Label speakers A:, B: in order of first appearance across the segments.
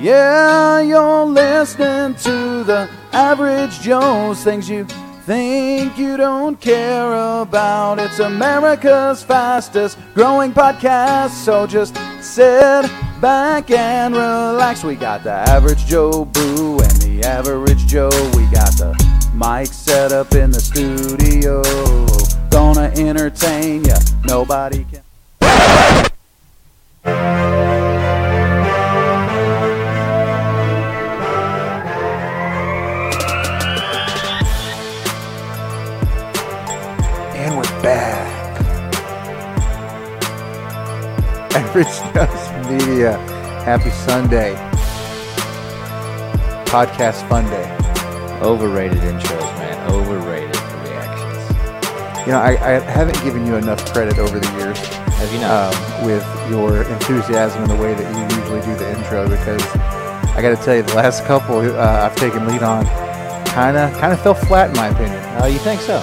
A: Yeah, you're listening to the average Joe's things you think you don't care about. It's America's fastest growing podcast, so just sit back and relax. We got the average Joe Boo and the average Joe. We got the mic set up in the studio. Gonna entertain ya. Nobody can.
B: And we're back. Average Joe's Media. Happy Sunday. Podcast Fun Day.
C: Overrated intros, man. Overrated reactions.
B: You know, I, I haven't given you enough credit over the years
C: Have you not?
B: um, with your enthusiasm and the way that you usually do the intro because I got to tell you, the last couple uh, I've taken lead on kind of kind of fell flat in my opinion.
C: oh, you think so?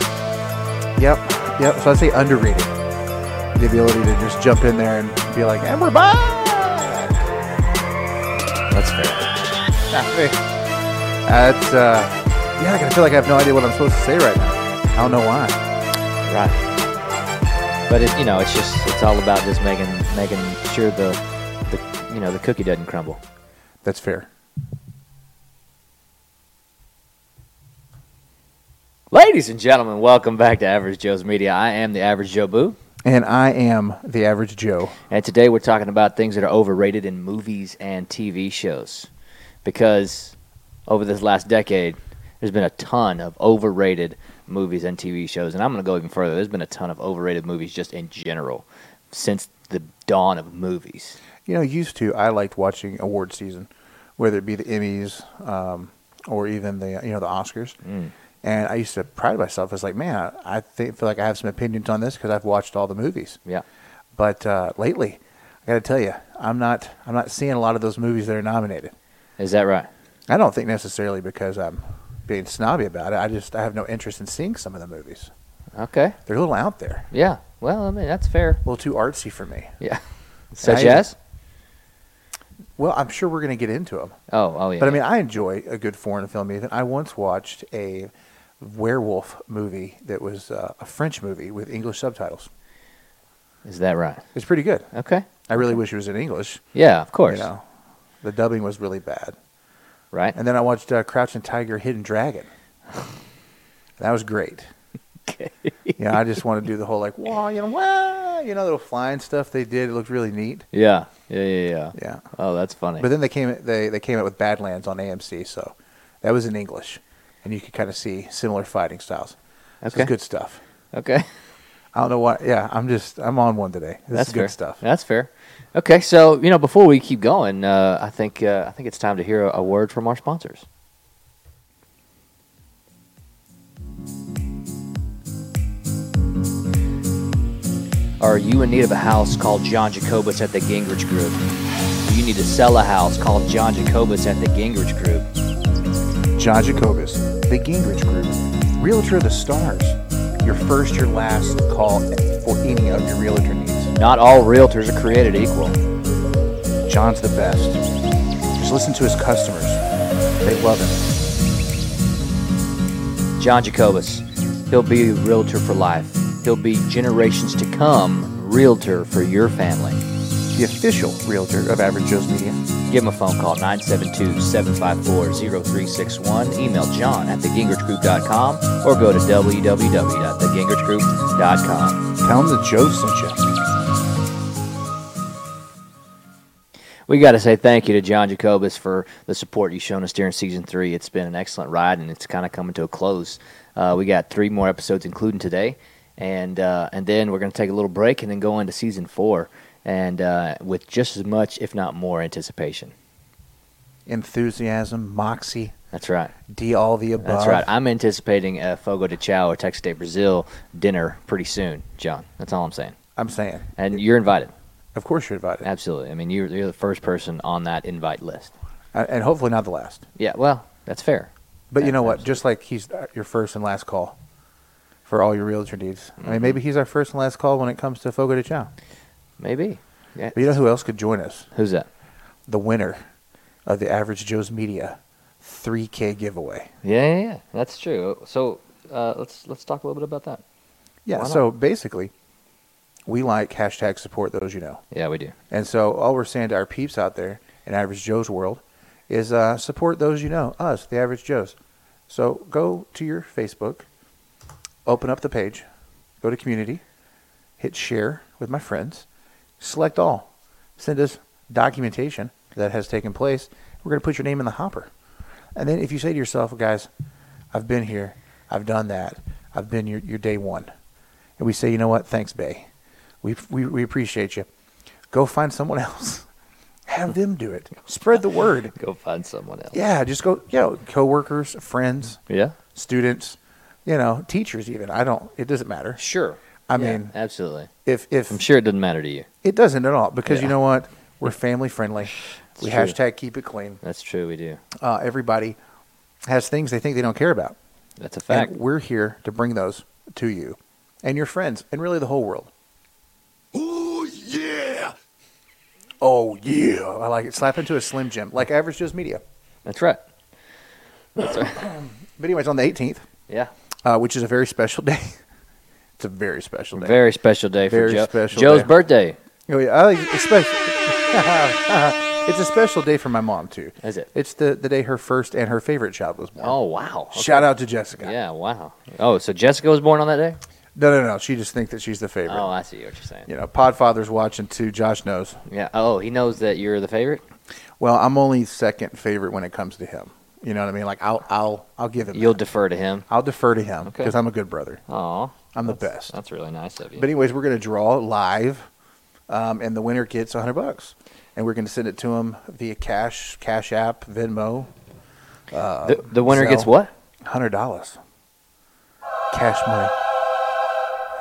B: Yep, yep. So I say underrated. The ability to just jump in there and be like, and we're back.
C: That's fair.
B: That's uh, yeah. I kinda feel like I have no idea what I'm supposed to say right now. I don't know why.
C: Right. But it, you know, it's just it's all about just making making sure the the you know the cookie doesn't crumble.
B: That's fair.
C: Ladies and gentlemen, welcome back to Average Joe's Media. I am the Average Joe Boo,
B: And I am the average Joe.
C: and today we're talking about things that are overrated in movies and TV shows, because over this last decade, there's been a ton of overrated movies and TV shows, and I'm going to go even further. There's been a ton of overrated movies just in general since the dawn of movies.
B: You know, used to I liked watching award season, whether it be the Emmys um, or even the you know the Oscars.
C: Mm.
B: And I used to pride myself as like, man, I think, feel like I have some opinions on this because I've watched all the movies.
C: Yeah,
B: But uh, lately, I got to tell you, I'm not I'm not seeing a lot of those movies that are nominated.
C: is that right?
B: I don't think necessarily because I'm being snobby about it. I just I have no interest in seeing some of the movies.
C: Okay,
B: They're a little out there,
C: yeah. Well, I mean that's fair.
B: a little too artsy for me.
C: Yeah. Such
B: I-
C: as?
B: Well, I'm sure we're going to get into them,
C: Oh, oh yeah.
B: but I mean, I enjoy a good foreign film. Even I once watched a werewolf movie that was uh, a French movie with English subtitles.
C: is that right?
B: It's pretty good.
C: Okay.
B: I really wish it was in English.
C: Yeah, of course.
B: You know, the dubbing was really bad.
C: Right.
B: And then I watched uh, Crouching Tiger, Hidden Dragon. That was great. Okay. You know, I just want to do the whole like, wow, you know, wow, you know, little flying stuff they did. It looked really neat.
C: Yeah. Yeah, yeah, yeah.
B: Yeah.
C: Oh, that's funny.
B: But then they came they they came out with Badlands on AMC, so that was in English, and you could kind of see similar fighting styles. So
C: Okay.
B: it's good stuff.
C: okay.
B: I don't know why. Yeah, I'm just I'm on one today. This
C: that's
B: is
C: fair.
B: good stuff.
C: That's fair. Okay, so, you know, before we keep going, uh, I think uh, I think it's time to hear a, a word from our sponsors. Are you in need of a house called John Jacobus at the Gingrich Group? You need to sell a house called John Jacobus at the Gingrich Group.
B: John Jacobus, The Gingrich Group, Realtor of the Stars. Your first, your last call for any of your realtor needs.
C: Not all realtors are created equal.
B: John's the best. Just listen to his customers. They love him.
C: John Jacobus, he'll be a realtor for life. He'll be generations to come realtor for your family.
B: The official realtor of Average Joe's Media.
C: Give him a phone call, 972 754 0361. Email john at thegingrechgroup.com or go to www.thegingrechgroup.com.
B: Tell him that Joe sent you.
C: We got to say thank you to John Jacobus for the support you've shown us during season three. It's been an excellent ride and it's kind of coming to a close. Uh, we got three more episodes, including today. And, uh, and then we're going to take a little break and then go into season four and uh, with just as much, if not more, anticipation.
B: Enthusiasm, moxie,
C: That's right.
B: D all the above.
C: That's right. I'm anticipating a Fogo de Chao or Texas State Brazil dinner pretty soon, John. That's all I'm saying.
B: I'm saying.
C: And you're invited.
B: Of course you're invited.
C: Absolutely. I mean, you're, you're the first person on that invite list.
B: Uh, And hopefully not the last.
C: Yeah, well, that's fair.
B: But you know what? Just like he's uh, your first and last call for all your realtor needs. I
C: Mm-hmm.
B: mean, maybe he's our first and last call when it comes to Fogo de Chao.
C: Maybe. Yeah.
B: But you know who else could join us?
C: Who's that?
B: The winner of the Average Joe's Media 3K giveaway.
C: Yeah, yeah, yeah. That's true. So uh, let's let's talk a little bit about that.
B: Yeah.
C: Why not?
B: So basically, we like hashtag support those you know.
C: Yeah, we do.
B: And so all we're saying to our peeps out there in Average Joe's world is uh, support those you know, us, the Average Joes. So go to your Facebook, open up the page, go to community, hit share with my friends, select all, send us documentation that has taken place. We're going to put your name in the hopper. And then if you say to yourself, guys, I've been here, I've done that, I've been your, your day one. And we say, you know what, thanks, Bay. We, we, we appreciate you. Go find someone else. Have them do it. Spread the word.
C: Go find someone else.
B: Yeah, just go, you know, coworkers, friends,
C: Yeah.
B: students, you know, teachers even. I don't it doesn't matter.
C: Sure.
B: I
C: Yeah,
B: mean,
C: absolutely.
B: if if
C: I'm sure it doesn't matter to you.
B: it doesn't at all because you
C: Yeah.
B: know what? We're family friendly. we
C: true.
B: hashtag keep it clean.
C: That's true. We do.
B: Uh, everybody has things they think they don't care about.
C: That's a fact.
B: And we're here to bring those to you and your friends and really the whole world. Oh yeah. Oh yeah. I like it. Slap into a slim jim, like average Joe's media.
C: That's right. That's right.
B: But anyways, on the eighteenth,
C: Yeah.
B: uh, which is a very special day. it's a very special day.
C: Very special day for
B: Very
C: Joe.
B: special
C: Joe's
B: day.
C: birthday.
B: Oh, yeah, I like it's spe- it's a special day for my mom too.
C: Is it?
B: It's the, the day her first and her favorite child was born.
C: Oh wow. Okay.
B: Shout out to Jessica.
C: Yeah. Wow. Oh, so Jessica was born on that day.
B: No, no, no. She just thinks that she's the favorite.
C: Oh, I see what you're saying.
B: You know, Podfather's watching too. Josh knows.
C: Yeah. Oh, he knows that you're the favorite.
B: Well, I'm only second favorite when it comes to him. You know what I mean? Like I'll I'll I'll give him.
C: You'll
B: that.
C: defer to him.
B: I'll defer to him
C: Okay.
B: because I'm a good brother.
C: Oh,
B: I'm the best.
C: that's really nice of you.
B: But anyways, we're gonna draw live, um, and the winner gets 100 bucks, and we're gonna send it to him via cash, Cash App, Venmo,
C: the, the winner
B: so-
C: gets what?
B: hundred dollars, cash money.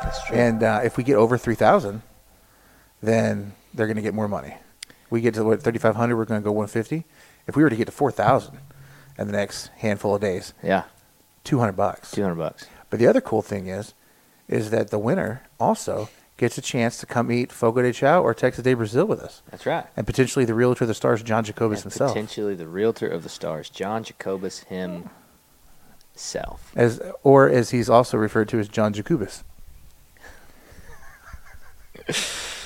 C: That's true.
B: And uh, if we get over three thousand, then they're going to get more money. We get to what thirty five hundred, we're going to go one fifty. If we were to get to four thousand in the next handful of days,
C: yeah,
B: two hundred bucks.
C: two hundred bucks.
B: But the other cool thing is, is that the winner also gets a chance to come eat Fogo de Chao or Texas Day Brazil with us,
C: That's right.
B: and potentially the realtor of the stars, John Jacobus
C: And
B: himself.
C: potentially the realtor of the stars, John Jacobus himself.
B: As, or as he's also referred to as John Jacobus.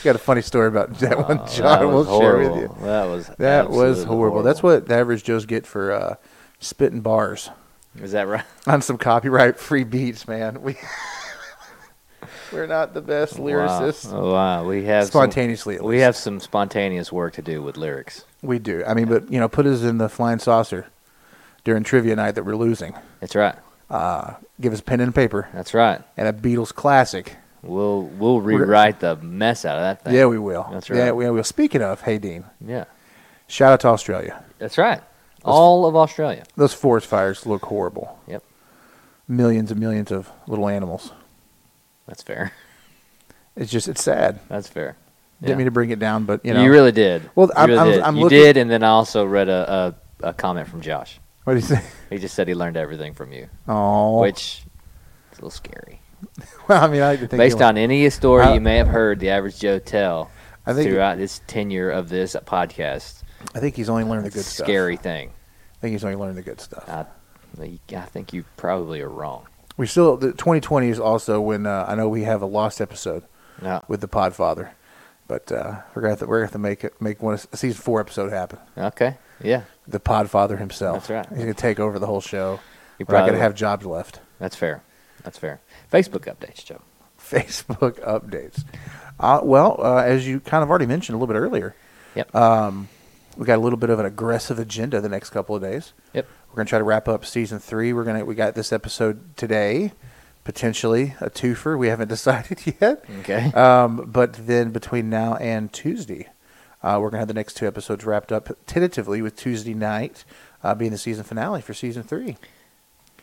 B: Got a funny story about that one,
C: Oh,
B: John.
C: that was
B: we'll share with
C: horrible.
B: you.
C: That was
B: That was
C: absolutely
B: horrible. That's what the average Joes get for uh, spitting bars
C: is that right?
B: on some copyright free beats, man. We we're not the best lyricists.
C: Wow. Oh, wow. we have some-
B: Spontaneously, at
C: we
B: least.
C: have some spontaneous work to do with lyrics.
B: We do. I mean, but you know, put us in the flying saucer during trivia night that we're losing.
C: That's right.
B: Give us pen and paper
C: That's right.
B: and a Beatles classic.
C: We'll we'll rewrite the mess out of that thing.
B: Yeah, we will.
C: That's
B: Yeah,
C: right.
B: we will. Speaking of, hey Dean,
C: yeah.
B: shout out to Australia.
C: That's right. All of Australia.
B: Those forest fires look horrible.
C: Yep.
B: Millions and millions of little animals.
C: That's fair.
B: It's just it's sad.
C: That's fair.
B: Didn't
C: Yeah.
B: mean to bring it down, but you know,
C: really did.
B: Well,
C: You
B: I'm-
C: really
B: I'm-
C: did.
B: I'm
C: you
B: looking-
C: did, and then I also read a, a, a comment from Josh.
B: what do you say?
C: He just said he learned everything from you,
B: Oh,
C: which is a little scary.
B: well, I mean, I think
C: Based on any story
B: I-
C: you may have heard, the average Joe tell
B: I think-
C: throughout this tenure of this podcast,
B: I think he's only learned the
C: it's a
B: good stuff.
C: scary Uh, thing.
B: I think he's only learned the good stuff.
C: I, I think you probably are wrong.
B: We still the 2020 is also when uh, I know we have a lost episode
C: No,
B: with the Podfather, but uh, we're gonna have to, we're gonna have to make it make one a season four episode happen.
C: okay, yeah,
B: The Podfather himself.
C: That's right.
B: He's gonna take over the whole show.
C: You
B: we're not
C: probably
B: gonna
C: will.
B: have jobs left.
C: that's fair. That's fair. Facebook updates, Joe.
B: Facebook updates. Uh, well, uh, as you kind of already mentioned a little bit earlier,
C: Yep.
B: Uh, we got a little bit of an aggressive agenda the next couple of days.
C: yep.
B: We're gonna try to wrap up season three. We're gonna we got this episode today, potentially a twofer. We haven't decided yet.
C: Okay.
B: Um, but then between now and Tuesday, uh, we're gonna have the next two episodes wrapped up tentatively with Tuesday night uh, being the season finale for season three.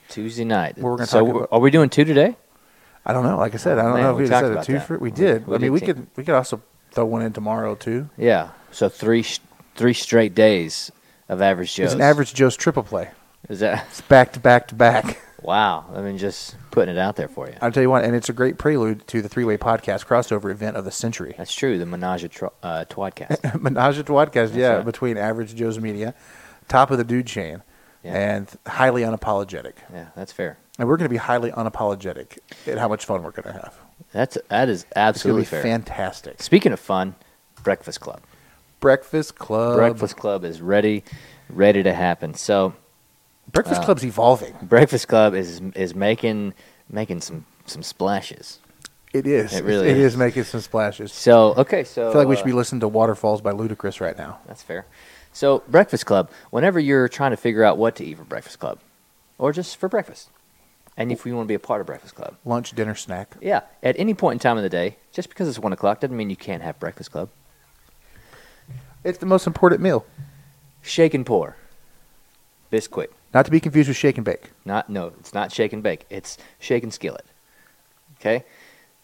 C: Tuesday night.
B: we're gonna
C: so
B: talk about-
C: are we doing two today?
B: I don't know. Like I said, I don't
C: Oh, Man,
B: know if
C: we
B: we,
C: talked
B: decided
C: about
B: a twofer.
C: that.
B: We
C: We-
B: did.
C: we
B: I mean,
C: did
B: we
C: too.
B: could we could also throw one in tomorrow too.
C: Yeah. So three sh- three straight days of average Joe's.
B: It's an average Joe's triple play.
C: Is that
B: It's back to back to back.
C: wow? I mean, just putting it out there for you.
B: I'll tell you what, and it's a great prelude to the three way podcast crossover event of the century.
C: That's true. The Menage a tro- uh, Twodcast.
B: Menage a Podcast, yeah,
C: right.
B: between Average Joe's Media, top of the dude chain,
C: Yeah.
B: and highly unapologetic.
C: Yeah, that's fair.
B: And we're going to be highly unapologetic at how much fun we're going to have.
C: That's that is
B: It's going
C: absolutely
B: to be
C: fair.
B: fantastic.
C: Speaking of fun, Breakfast Club.
B: Breakfast Club.
C: Breakfast Club is ready, ready to happen. So uh,
B: Breakfast Club's evolving.
C: Breakfast Club is is making making some some splashes.
B: It is.
C: It really
B: It
C: is.
B: is making some splashes.
C: So okay, so
B: I feel like we should
C: uh,
B: be listening to Waterfalls by Ludacris right now.
C: That's fair. So, Breakfast Club, whenever you're trying to figure out what to eat for Breakfast Club, or just for breakfast, and if you want to be a part of Breakfast Club,
B: Lunch, dinner, snack.
C: yeah, at any point in time of the day, just because it's one o'clock doesn't mean you can't have Breakfast Club.
B: It's the most important meal.
C: Shake and pour. Bisquick.
B: Not to be confused with shake and bake.
C: Not, no, it's not shake and bake, it's shake and skillet. Okay?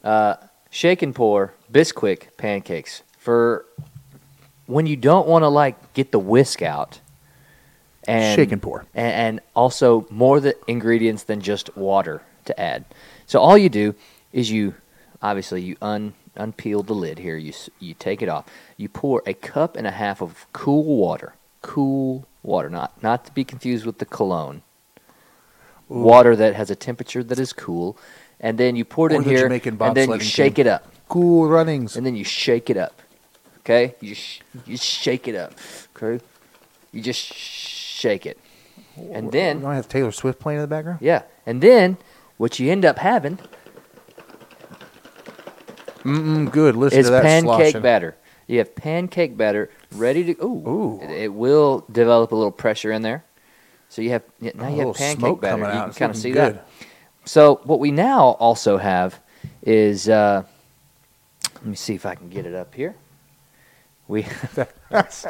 C: Uh, shake and pour, Bisquick pancakes for when you don't want to, like, get the whisk out. And
B: shake and pour.
C: and, and also more the ingredients than just water to add. So all you do is you obviously you un unpeel the lid here. You s- you take it off. You pour a cup and a half of cool water. Cool water, not not to be confused with the cologne. Water that has a temperature that is cool, and then you pour it
B: Or
C: in
B: the
C: here,
B: Jamaican
C: and then you
B: bobsledding
C: shake
B: team.
C: it up
B: Cool runnings.
C: and then you shake it up. Okay, you sh- you shake it up. Okay, you just sh- shake it, and
B: You
C: then
B: don't have Taylor Swift playing in the background?
C: yeah, and then what you end up having
B: Mm-mm, Mm, good. Listen
C: is
B: to that
C: pancake
B: sloshing.
C: batter. You have pancake batter ready to. Ooh,
B: Ooh.
C: It, it will develop a little pressure in there. So you have yeah, now
B: A
C: you
B: little
C: have pancake
B: smoke
C: batter. You
B: coming out.
C: can
B: It's
C: kind of
B: looking
C: see
B: good.
C: that. So what we now also have is uh, let me see if I can get it up here. We
B: That's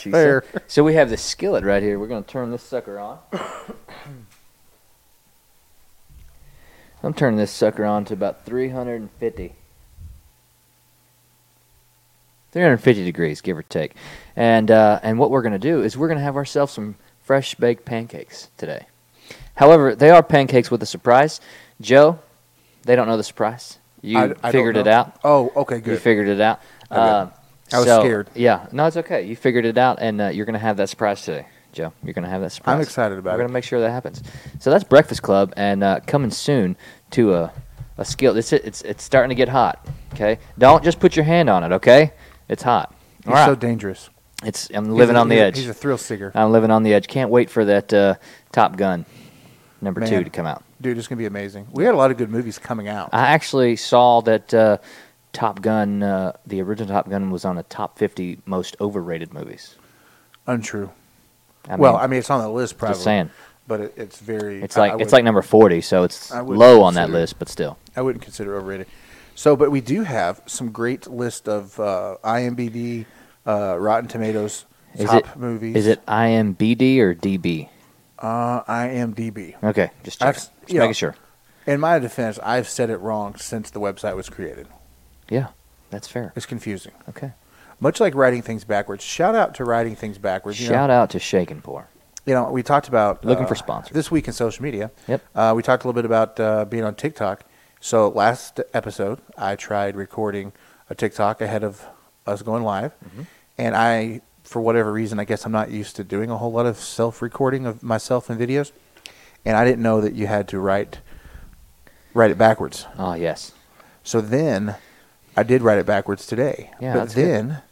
C: She
B: fair.
C: said. So we have the skillet right here. We're going to turn this sucker on. I'm turning this sucker on to about 350. 350 degrees, give or take. And uh, and what we're going to do is we're going to have ourselves some fresh baked pancakes today. However, they are pancakes with a surprise. Joe, they don't know the surprise. You
B: I- I don't
C: figured it
B: know.
C: out.
B: Oh, okay,
C: You
B: good.
C: figured it out.
B: Okay.
C: Um,
B: I was
C: so-
B: scared.
C: Yeah, no, it's okay. You figured it out, and uh, you're going to have that surprise today, Joe. You're going to have that surprise.
B: I'm excited about
C: We're
B: it.
C: going to make sure that happens. So that's Breakfast Club, and uh, coming soon to a a skill. It's it's it's starting to get hot. Okay, don't just put your hand on it. Okay, it's hot. All
B: He's
C: right,
B: so dangerous.
C: it's I'm
B: He's
C: living
B: a-
C: on the
B: he's a-
C: edge.
B: He's a thrill seeker.
C: I'm living on the edge. Can't wait for that uh, Top Gun number two
B: Man.
C: to come out.
B: Dude, it's going to be amazing. We had a lot of good movies coming out.
C: I actually saw that uh, Top Gun, uh, the original Top Gun, was on the top 50 most overrated movies.
B: Untrue.
C: I
B: well,
C: mean,
B: I mean, it's on the list probably.
C: saying.
B: But it, it's very.
C: it's
B: I-
C: like
B: I
C: it's
B: would-
C: like number 40, so it's
B: I would
C: low on that
B: consider it.
C: list, but still.
B: I wouldn't consider it overrated. So, but we do have some great list of uh, IMDb, uh, Rotten Tomatoes
C: Is
B: top
C: it,
B: movies.
C: Is it IMBD or DB?
B: uh, IMDb?
C: Okay, just check.
B: I've-
C: Just
B: yeah.
C: making sure.
B: In my defense, I've said it wrong since the website was created.
C: Yeah, that's fair.
B: It's confusing.
C: Okay.
B: Much like writing things backwards. Shout out to writing things backwards. You
C: Shout
B: know,
C: out to Shake and Pour.
B: You know, we talked about
C: Looking for
B: sponsors
C: sponsors.
B: this week in social media.
C: Yep.
B: Uh, we talked a little bit about uh, being on TikTok. So last episode, I tried recording a TikTok ahead of us going live,
C: Mm-hmm.
B: and I, for whatever reason, I guess I'm not used to doing a whole lot of self-recording of myself in videos, and I didn't know that you had to write write it backwards.
C: Oh, yes.
B: So then I did write it backwards today.
C: Yeah,
B: but
C: that's good.
B: then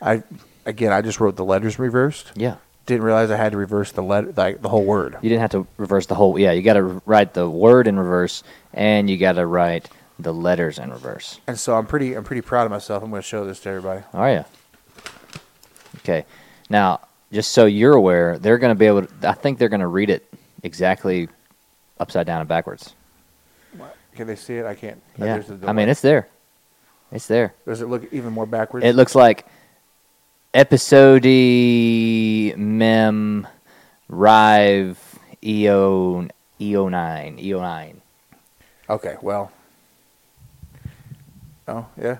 B: I again I just wrote the letters reversed.
C: Yeah.
B: Didn't realize I had to reverse the letter like the whole word.
C: You didn't have to reverse the whole. Yeah, you got to write the word in reverse, and you got to write the letters in reverse.
B: And so I'm pretty I'm pretty proud of myself. I'm going to show this to everybody.
C: Are you? Okay. Now, just so you're aware, they're going to be able to, I think they're going to read it exactly upside down and backwards.
B: Can they see it? I can't. Uh,
C: Yeah.
B: there's the
C: I mean,
B: delay.
C: it's there. It's there.
B: Does it look even more backwards?
C: It looks like episode mem rive eon eo9 eo9
B: Okay, well. Oh, yeah.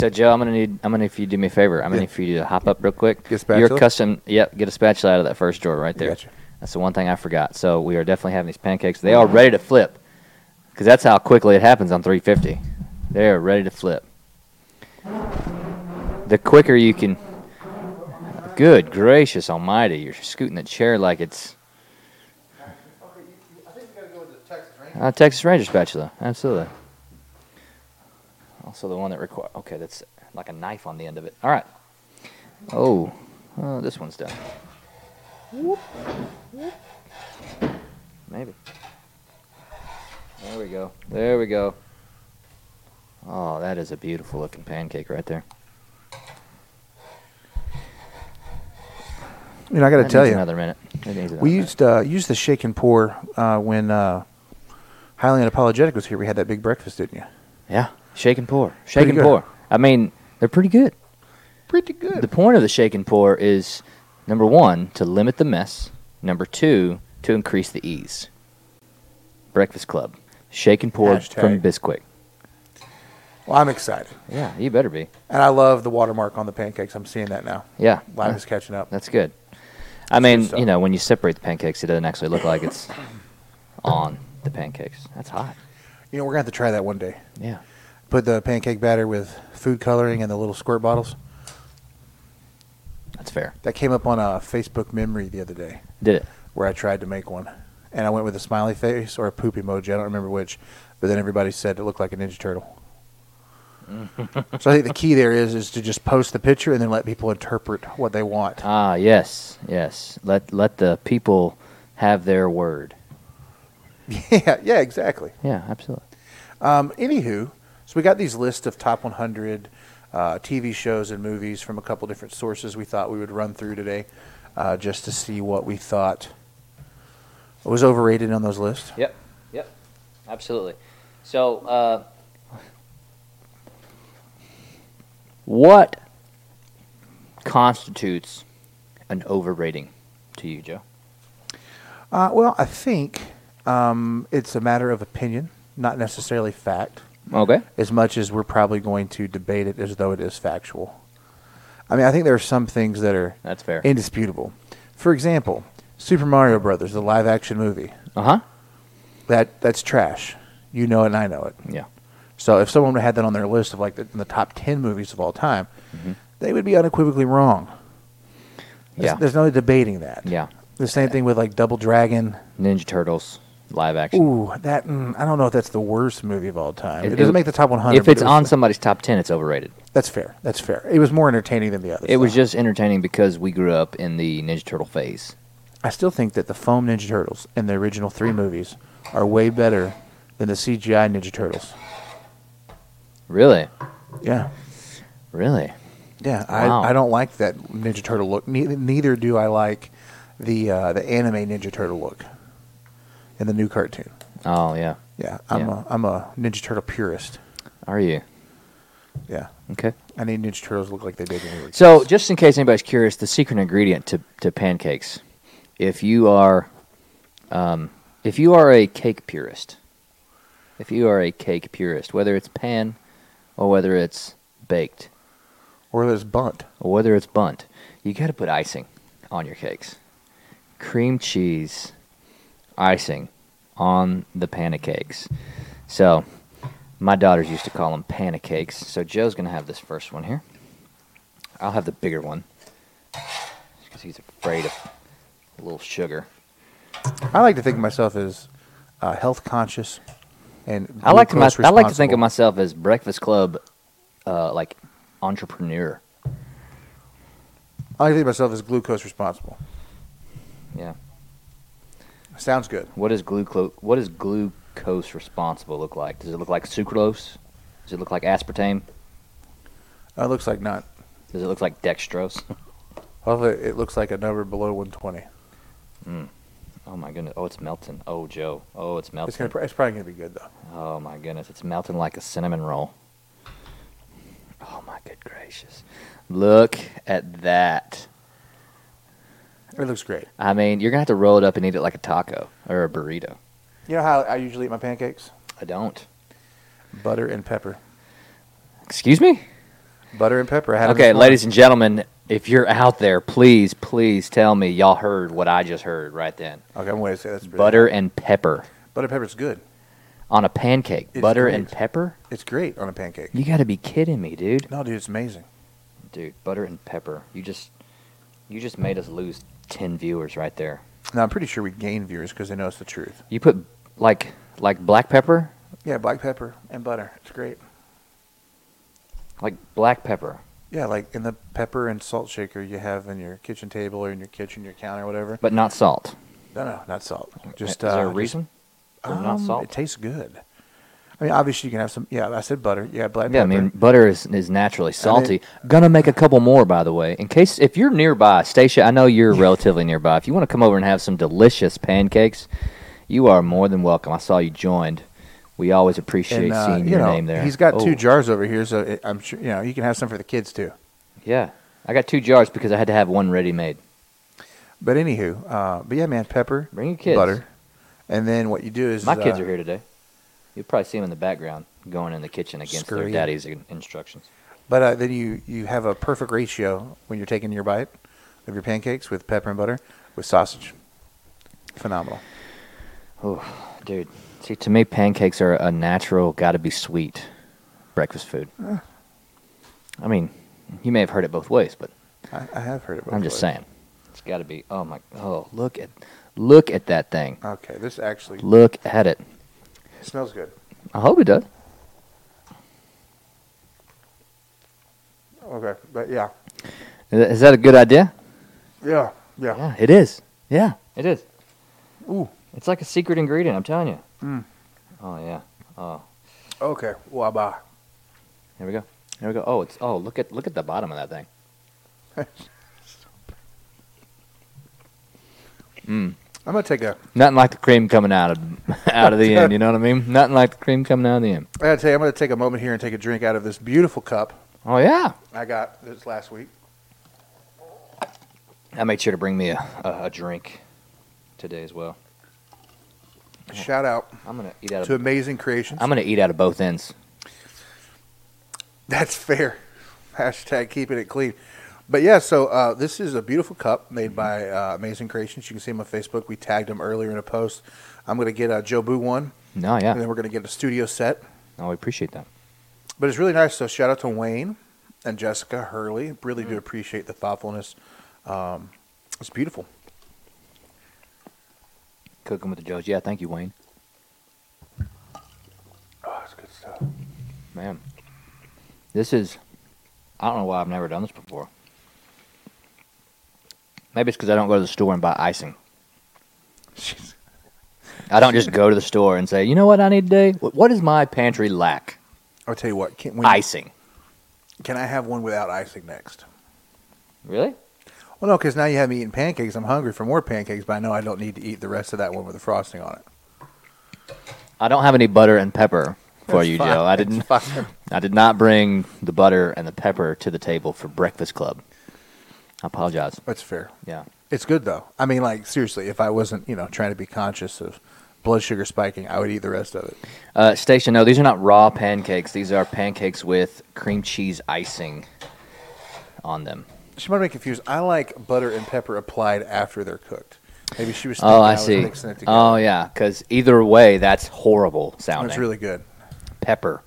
C: so joe i'm gonna need i'm gonna if you do me a favor i'm gonna
B: Yeah.
C: need for you to hop up real quick
B: Get a spatula?
C: your custom yep get a spatula out of that first drawer right
B: I
C: there
B: gotcha.
C: That's the one thing I forgot. So we are definitely having these pancakes. They are ready to flip because that's how quickly it happens on 350. They are ready to flip. The quicker you can, Good gracious almighty, you're scooting the chair like it's a Texas Ranger spatula. Absolutely. Also the one that requires, okay, that's like a knife on the end of it. All right. Oh, uh, this one's done. Maybe. There we go. There we go. Oh, that is a beautiful looking pancake right there.
B: You know, I got to
C: That
B: tell
C: needs
B: you,
C: Another minute. That needs another
B: we
C: minute.
B: used uh, used the shake and pour uh, when uh, Highland Apologetic was here. We had that big breakfast, didn't you?
C: Yeah, shake and pour, shake
B: Pretty
C: and
B: good.
C: pour. I mean, they're pretty good.
B: Pretty good.
C: The point of the shake and pour is number one to limit the mess. Number two to increase the ease. Breakfast Club, shake and pour
B: Hashtag.
C: from Bisquick.
B: well, I'm excited,
C: Yeah, you better be.
B: and I love the watermark on the pancakes. I'm seeing that now.
C: Yeah,
B: Life is catching up.
C: that's good. I mean,
B: stuff.
C: you know, when you separate the pancakes, it doesn't actually look like it's on the pancakes. That's hot.
B: You know, we're gonna have to try that one day.
C: Yeah.
B: Put the pancake batter with food coloring and the little squirt bottles.
C: That's fair.
B: That came up on a Facebook memory the other day
C: Did it.
B: where I tried to make one, and I went with a smiley face or a poop emoji. I don't remember which, but then everybody said it looked like a Ninja Turtle. so I think the key there is is to just post the picture and then let people interpret what they want.
C: Ah, yes, yes. Let let the people have their word.
B: yeah, yeah, exactly.
C: Yeah, absolutely.
B: Um, anywho, so we got these lists of top 100 uh, TV shows and movies from a couple different sources. We thought we would run through today, uh, just to see what we thought was overrated on those lists.
C: Yep, yep, absolutely. So, uh, what constitutes an overrating to you, Joe?
B: Uh, well, I think um, it's a matter of opinion, not necessarily fact,
C: Okay.
B: as much as we're probably going to debate it as though it is factual. I mean, I think there are some things that are
C: That's fair.
B: indisputable. For example, Super Mario Brothers, the live-action movie,
C: Uh huh.
B: that that's trash. You know it, and I know it.
C: Yeah.
B: So if someone had that on their list of like the, the top ten movies of all time,
C: Mm-hmm.
B: they would be unequivocally wrong. There's,
C: Yeah.
B: there's no debating that.
C: Yeah.
B: The same thing with like Double Dragon.
C: Ninja Turtles live action.
B: Ooh, that mm, I don't know if that's the worst movie of all time.
C: It-
B: It, doesn't
C: it-
B: make the top 100.
C: If
B: but
C: it's
B: it was-
C: on somebody's top ten, it's overrated.
B: that's fair. That's fair. It was more entertaining than the others.
C: It was
B: though.
C: just entertaining because we grew up in the Ninja Turtle phase.
B: I still think that the foam Ninja Turtles in the original three movies are way better than the CGI Ninja Turtles.
C: Really,
B: Yeah.
C: really.
B: Yeah,
C: Wow.
B: I, I don't like that Ninja Turtle look. Neither, neither do I like the uh, the anime Ninja Turtle look in the new cartoon.
C: Oh yeah.
B: Yeah, I'm
C: Yeah.
B: a I'm a Ninja Turtle purist.
C: Are you
B: Yeah,
C: okay?
B: I need Ninja Turtles to look like they did when we were
C: So,
B: kids.
C: just in case anybody's curious, the secret ingredient to, to pancakes, if you are, um, if you are a cake purist, if you are a cake purist, whether it's pan, or whether it's baked,
B: or there's Bunt.
C: or whether it's bunt, you got to put icing on your cakes, cream cheese, icing on the pancakes. So, my daughters used to call them pancakes. So Joe's gonna have this first one here. I'll have the bigger one because he's afraid of a little sugar.
B: I like to think of myself as uh, health conscious and
C: I like to my,
B: glucose
C: I like to think of
B: responsible.
C: myself as Breakfast Club, uh, like entrepreneur.
B: I like to think of myself as glucose responsible.
C: Yeah.
B: Sounds good.
C: What does glucose What does glucose responsible look like? Does it look like sucralose? Does it look like aspartame?
B: Uh, it looks like not.
C: Does it look like dextrose?
B: Hopefully, it looks like a number below 120.
C: Oh my goodness! Oh, it's melting. Oh, Joe. Oh, it's melting.
B: It's gonna. pr- It's probably gonna be good though.
C: Oh my goodness, it's melting like a cinnamon roll. Oh my good gracious. Look at that.
B: It looks great.
C: I mean, you're going to have to roll it up and eat it like a taco or a burrito.
B: You know how I usually eat my pancakes?
C: I don't.
B: Butter and pepper.
C: Excuse me?
B: Butter and pepper. I had 'em
C: Okay,
B: this morning.
C: ladies and gentlemen, if you're out there, please, please tell me y'all heard what I just heard right then.
B: Okay, I'm waiting to say that's really-
C: Butter and pepper
B: Butter and pepper's good.
C: on a pancake.
B: It's
C: butter and
B: great.
C: pepper?
B: It's great on a pancake.
C: You got to be kidding me, dude.
B: No, dude, it's amazing.
C: Dude, butter and pepper. You just You just made us lose ten viewers right there.
B: Now I'm pretty sure we gain viewers because they know it's the truth.
C: You put like like black pepper,
B: Yeah, black pepper and butter. It's great.
C: like black pepper,
B: Yeah, like in the pepper and salt shaker you have in your kitchen table or in your kitchen, your counter, whatever.
C: but not salt.
B: No, no, not salt. Just
C: is
B: uh,
C: there a
B: just-
C: reason? Or not
B: um,
C: salt.
B: It tastes good. I mean, obviously you can have some. Yeah, I said butter. Yeah, black
C: Yeah, I
B: pepper.
C: mean, butter is, is naturally salty. Gonna make a couple more, by the way, in case if you're nearby, Stacia. I know you're relatively nearby. If you want to come over and have some delicious pancakes, you are more than welcome. I saw you joined. We always appreciate
B: And, uh,
C: seeing
B: you
C: your
B: know,
C: name there.
B: He's got
C: Oh,
B: two jars over here, so it, I'm sure you know you can have some for the kids too.
C: Yeah, I got two jars because I had to have one ready made.
B: But anywho, uh, but yeah, man, pepper,
C: Bring your kids.
B: butter, and then what you do is
C: My kids
B: uh,
C: are here today. You'll probably see them in the background going in the kitchen against their
B: Scurrying.
C: daddy's in- instructions.
B: But uh, then you you have a perfect ratio when you're taking your bite of your pancakes with pepper and butter with sausage. Phenomenal.
C: Dude, see, to me, pancakes are a natural, got to be sweet breakfast food. I mean, you may have heard it both ways, but
B: I, I have heard it. Both
C: I'm just
B: ways.
C: saying, it's got to be. Oh my! Oh, look at, look at that thing.
B: Okay, this actually
C: Look at it.
B: smells good.
C: I hope it does.
B: Okay, but yeah,
C: Is is that a good idea?
B: yeah, yeah.
C: Yeah, it is. Yeah, it is.
B: Ooh.
C: it's like a secret ingredient. I'm telling you. Oh yeah. Oh,
B: Okay, waba.
C: here we go. Here we go. Oh, it's. Oh, look at look at the bottom of that thing.
B: I'm gonna take a.
C: Nothing like the cream coming out of out of the end. You know what I mean? Nothing like the cream coming out of the end.
B: I gotta tell you, I'm gonna take a moment here and take a drink out of this beautiful cup
C: Oh yeah.
B: I got this last week.
C: I made sure to bring me a, a, a drink today as well.
B: Shout out
C: I'm gonna eat out
B: to
C: of
B: Amazing Creations.
C: I'm gonna eat out of both ends.
B: That's fair. Hashtag keeping it clean. But yeah, so uh, this is a beautiful cup made by uh, Amazing Creations. You can see them on Facebook. We tagged them earlier in a post. I'm going to get a Joe Boo one,
C: No,
B: and
C: yeah.
B: then we're going to get a studio set.
C: No, we appreciate that.
B: But it's really nice. So shout out to Wayne and Jessica Hurley. Really do appreciate the thoughtfulness. Um, it's beautiful.
C: Cooking with the Joes. Yeah, thank you, Wayne.
B: Oh, it's good stuff.
C: Man, this is. I don't know why I've never done this before. Maybe it's because I don't go to the store and buy icing. I don't just go to the store and say, you know what I need today? Wh- What does my pantry lack?
B: I'll tell you what. Can, when,
C: Icing.
B: Can I have one without icing next?
C: Really?
B: Well, no, because now you have me eating pancakes. I'm hungry for more pancakes, but I know I don't need to eat the rest of that one with the frosting on it.
C: I don't have any butter and pepper for
B: That's
C: you,
B: fine.
C: Joe. I
B: That's
C: didn't.
B: fine.
C: I did not bring the butter and the pepper to the table for Breakfast Club. I apologize.
B: That's fair.
C: Yeah.
B: It's good though. I mean, like seriously, if I wasn't, you know, trying to be conscious of blood sugar spiking, I would eat the rest of it.
C: Uh, Station, no, these are not raw pancakes. These are pancakes with cream cheese icing on them.
B: She might be confused. I like butter and pepper applied after they're cooked. Maybe she
C: Oh,
B: was. thinking
C: I
B: was
C: see.
B: mixing it together.
C: Oh, yeah, because either way, that's horrible sounding.
B: that's really good.
C: pepper,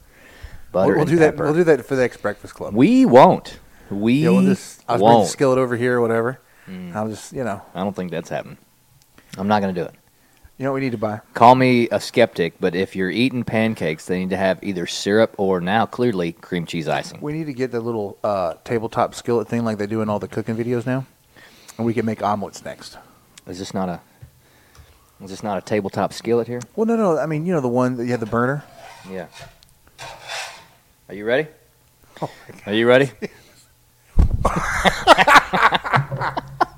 B: We'll,
C: butter.
B: we'll
C: and
B: do that.
C: pepper.
B: We'll do that for the next breakfast club.
C: We won't. We
B: yeah, we'll just. I'll bring the
C: won't. Mm.
B: skillet over here or whatever. I'll just, you know,
C: I don't think that's happening. I'm not going to do it.
B: you know, what we need to buy.
C: Call me a skeptic, but if you're eating pancakes, they need to have either syrup or now clearly cream cheese icing.
B: We need to get the little uh, tabletop skillet thing like they do in all the cooking videos now, and we can make omelets next.
C: Is this not a is this not a tabletop skillet here?
B: Well, no, no. I mean, you know, the one that you have the burner.
C: Yeah. Are you ready?
B: Oh
C: Are you ready?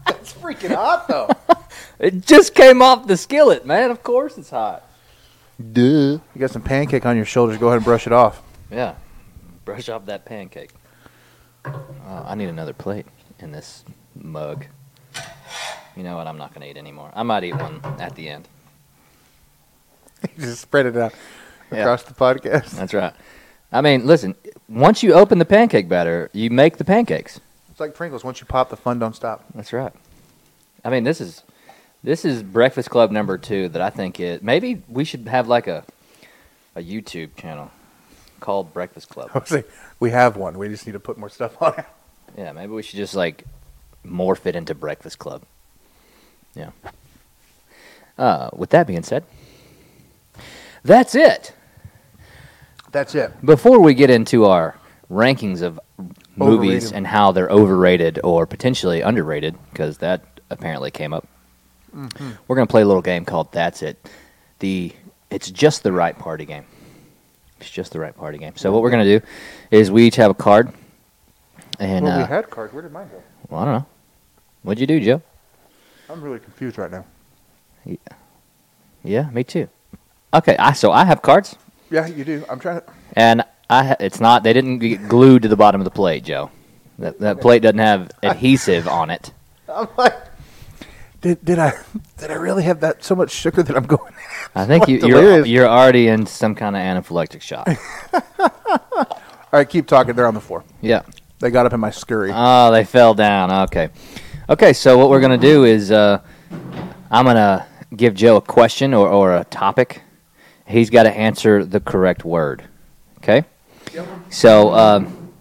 B: It's freaking hot though.
C: It just came off the skillet, man. Of course it's hot.
B: Duh. You got some pancake on your shoulders. Go ahead and brush it off.
C: Yeah. Brush off that pancake. Uh, I need another plate in this mug. You know what? I'm not going to eat anymore. I might eat one at the end.
B: You just spread it out
C: Yeah.
B: across the podcast.
C: That's right. I mean, listen, once you open the pancake batter, you make the pancakes.
B: It's like Pringles. Once you pop, the fun don't stop.
C: That's right. I mean, this is this is Breakfast Club number two that I think it. Maybe we should have like a a YouTube channel called Breakfast Club.
B: I was like, we have one. We just need to put more stuff on it.
C: yeah, maybe we should just like morph it into Breakfast Club. Yeah. Uh, with that being said, that's it.
B: That's it.
C: Before we get into our rankings of movies
B: Overrated.
C: and how they're overrated or potentially underrated, because that apparently came up,
B: Mm-hmm.
C: we're going to play a little game called That's It. The It's just the right party game. It's just the right party game. So what we're going to do is we each have a card, and
B: well,
C: uh,
B: we had card. Where did mine go?
C: well, I don't know. What'd you do, Joe?
B: I'm really confused right now.
C: Yeah, me too. Okay, I so I have cards,
B: Yeah, you do. I'm trying to.
C: and I ha- it's not they didn't get glued to the bottom of the plate, Joe. That that plate doesn't have adhesive on it.
B: I'm like, did, did I did I really have that so much sugar that I'm going?
C: I think you,
B: What the
C: you're
B: live?
C: you're already in some kind of anaphylactic shock.
B: All right, keep talking. They're on the floor.
C: yeah.
B: They got up in my scurry.
C: Oh, they fell down. Okay. Okay, so what we're going to do is uh, I'm going to give Joe a question or, or a topic. He's got to answer the correct word. Okay? So, um,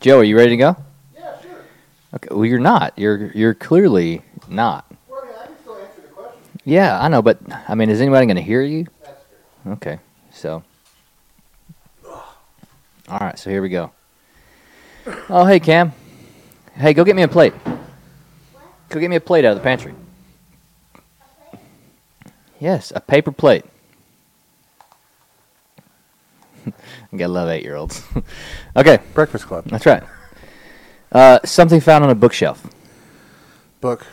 C: Joe, are you ready to go?
B: yeah, sure.
C: Okay. Well, you're not. You're, you're clearly not.
B: Well, I mean, I can still answer the question.
C: Yeah, I know, but I mean, is anybody going to hear you? Okay, so. All right, so here we go. Oh, hey, Cam. Hey, go get me a plate. Go get me a plate out of the pantry. Yes, a paper plate. I gotta love eight year olds. okay,
B: Breakfast Club
C: that's right. Uh, something found on a bookshelf.
B: book,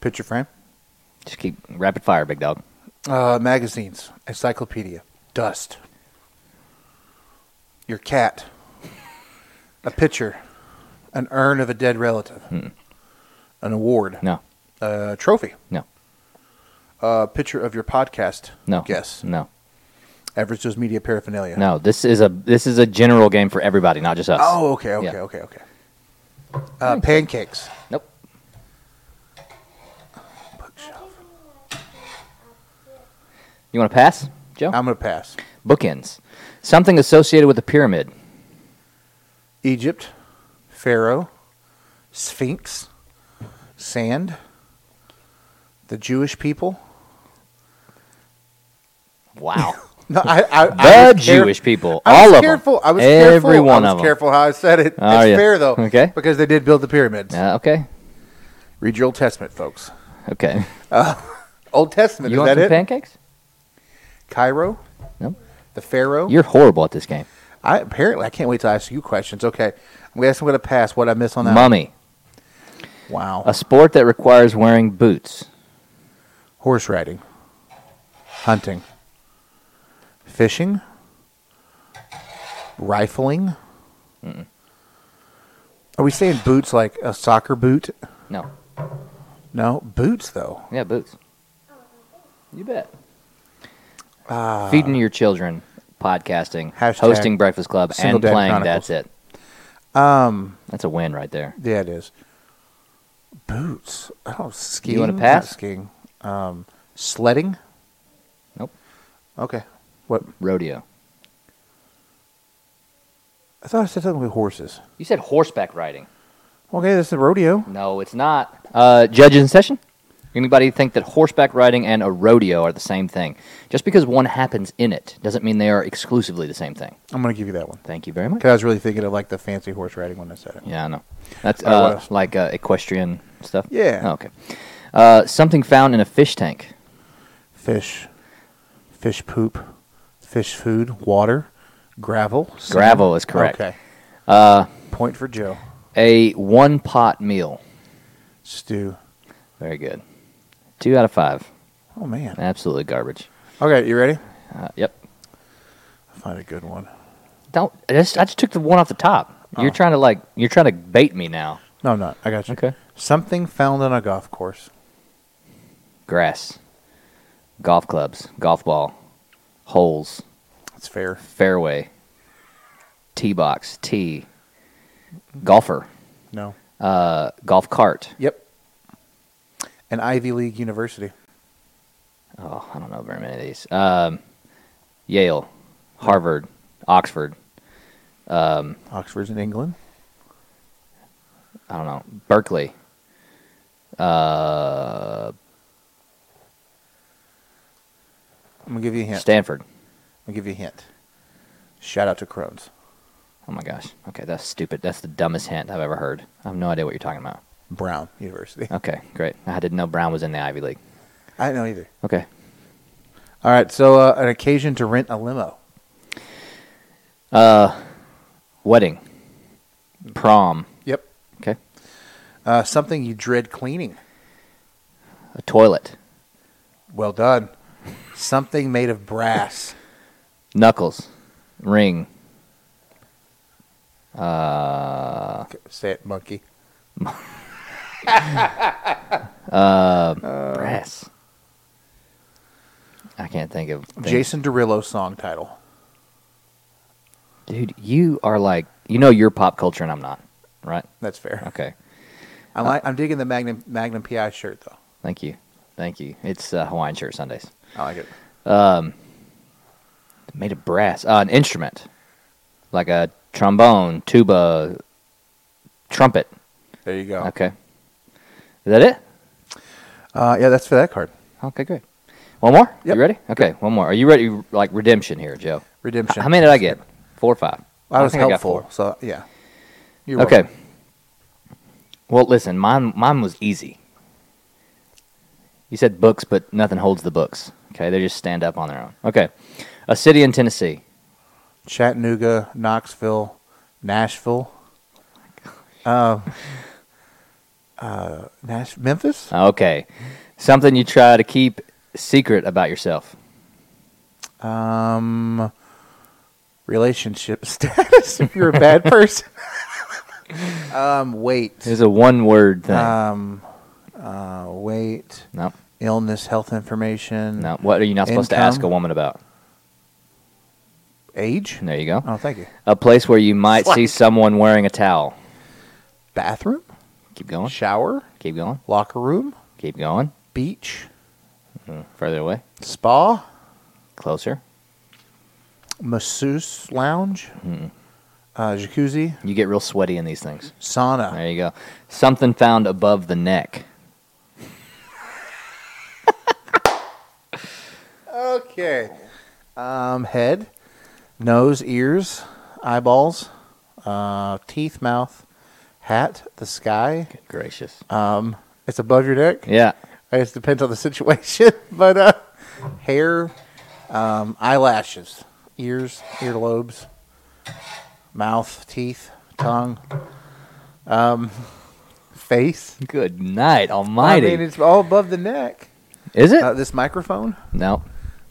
B: picture frame,
C: Just keep rapid fire, big dog.
B: uh, magazines, encyclopedia, dust, your cat, a picture, an urn of a dead relative, an award,
C: No,
B: a trophy,
C: no,
B: a picture of your podcast.
C: no.
B: Guess.
C: No.
B: Average Joe's Media Paraphernalia.
C: No, this is a this is a general game for everybody, not just us.
B: Oh, okay, okay,
C: Yeah. Hmm.
B: okay, okay. Uh, pancakes.
C: Nope.
B: Bookshelf.
C: You want to pass, Joe?
B: I'm going to pass.
C: Bookends. Something associated with the pyramid.
B: Egypt, Pharaoh, Sphinx, sand, the Jewish people.
C: Wow.
B: No, I, I, I
C: the
B: was care-
C: Jewish people.
B: I was
C: all of
B: careful.
C: them.
B: I was
C: Every
B: careful.
C: one
B: I was
C: of
B: careful how I said it.
C: Are
B: it's
C: ya?
B: fair though,
C: Okay.
B: Because they did build the pyramids.
C: them. Uh, okay.
B: Read your Old Testament, folks.
C: Okay.
B: Old Testament.
C: you
B: is
C: want
B: that
C: some
B: it?
C: pancakes?
B: Cairo,
C: No.
B: the Pharaoh.
C: You're horrible at this game.
B: I apparently I can't wait to ask you questions. Okay, I'm gonna ask. I'm gonna pass. What I miss on that?
C: Mummy.
B: Wow.
C: A sport that requires wearing boots.
B: Horse riding, hunting, fishing, rifling. Are we saying boots like a soccer boot?
C: No.
B: No, boots though.
C: Yeah, boots. You bet. Feeding your children, podcasting,
B: Ah. Hashtag
C: hosting Breakfast Club,
B: Single
C: and
B: Dad
C: playing.
B: Chronicles.
C: That's it.
B: Um,
C: That's a win right there.
B: yeah, it is. Boots. Oh, skiing.
C: wanna
B: Not
C: pass?
B: Skiing. Um, sledding.
C: Nope.
B: Okay. What?
C: Rodeo.
B: I thought I said something with horses.
C: You said horseback riding.
B: Okay, this is rodeo.
C: No, it's not. Uh, judge in session? Anybody think that horseback riding and a rodeo are the same thing? Just because one happens in it doesn't mean they are exclusively the same thing.
B: I'm gonna give you that one.
C: Thank you very much.
B: Because I was really thinking of like the fancy horse riding when I said it.
C: Yeah, I know. That's
B: I
C: uh,
B: was.
C: like uh, equestrian stuff?
B: Oh, Yeah.
C: Oh, okay. Uh, something found in a fish tank.
B: Fish, fish poop, fish food, water, gravel. sand.
C: Gravel is correct.
B: Okay. Uh, Point for Joe.
C: A one pot meal.
B: Stew.
C: Very good. Two out of five.
B: Oh man.
C: Absolutely garbage.
B: Okay, you ready?
C: Uh, yep.
B: Find a good one.
C: Don't. I just, I just took the one off the top. You're
B: Oh.
C: trying to like. You're trying to bait me now.
B: No, I'm not. I got you.
C: Okay.
B: Something found on a golf course.
C: grass, golf clubs, golf ball, holes,
B: That's fair.
C: fairway, tee box, tee, golfer,
B: No.
C: uh, golf cart.
B: Yep. An Ivy League university.
C: Oh, I don't know very many of these. Um, Yale, Harvard, Oxford,
B: Oxford's in England.
C: I don't know Berkeley. Uh,
B: I'm gonna give you a hint.
C: Stanford.
B: I'm gonna give you a hint. Shout out to Crohn's.
C: Oh my gosh. Okay, that's stupid. That's the dumbest hint I've ever heard. I have no idea what you're talking about.
B: Brown University.
C: Okay, great. I didn't know Brown was in the Ivy League.
B: I didn't know either.
C: Okay.
B: All right, so uh, an occasion to rent a limo.
C: Uh, Wedding. Prom.
B: Yep.
C: Okay.
B: Uh, something you dread cleaning.
C: A toilet.
B: Well done. Something made of brass.
C: Knuckles. Ring. Uh,
B: Say it, monkey.
C: brass. I can't think of. things.
B: Jason Derulo song title.
C: Dude, you are like, you know, you're pop culture and I'm not, right?
B: That's fair.
C: Okay.
B: I'm, like, I'm digging the Magnum Magnum PI shirt though.
C: Thank you. Thank you. It's uh, Hawaiian shirt Sundays.
B: I like it.
C: Made of brass. Uh, an instrument. Like a trombone, tuba, trumpet.
B: There you go.
C: Okay. Is that it?
B: Uh, yeah, that's for that card.
C: Okay, great. One more?
B: Yep.
C: You ready? Okay, one more. Are you ready? Like redemption here, Joe.
B: Redemption.
C: How many did I get? Four or five.
B: I was
C: think got
B: helpful.
C: four.
B: so yeah. You're
C: Okay.
B: welcome.
C: Well, listen, mine mine was easy. You said books, but nothing holds the books. Okay, they just stand up on their own. Okay, a city in Tennessee.
B: Chattanooga, Knoxville, Nashville.
C: Oh
B: Um, uh, Nash- Memphis.
C: Okay, something you try to keep secret about yourself.
B: Um, relationship status. if you're a bad person. um, weight.
C: It's a one word thing.
B: Um, uh, weight.
C: no,
B: Illness, health information.
C: no. What are you not supposed to
B: Income?
C: ask a woman about?
B: Age.
C: There you go.
B: Oh, thank you.
C: A place where you might see
B: Slack.
C: someone wearing a towel.
B: Bathroom.
C: Keep going.
B: Shower.
C: Keep going.
B: Locker room.
C: Keep going.
B: Beach.
C: Further away.
B: Spa.
C: Closer.
B: masseuse lounge, uh, jacuzzi,
C: You get real sweaty in these things.
B: sauna.
C: There you go. Something found above the neck.
B: Okay. Um, head, nose, ears, eyeballs, uh, teeth, mouth, hat, the sky.
C: Good gracious.
B: Um, it's above your neck.
C: Yeah.
B: I guess it depends on the situation, but uh, hair, um, eyelashes, ears, earlobes, mouth, teeth, tongue, um, face.
C: Good night,
B: I
C: Almighty.
B: mean, it's all above the neck.
C: Is it?
B: Uh, this microphone.
C: no.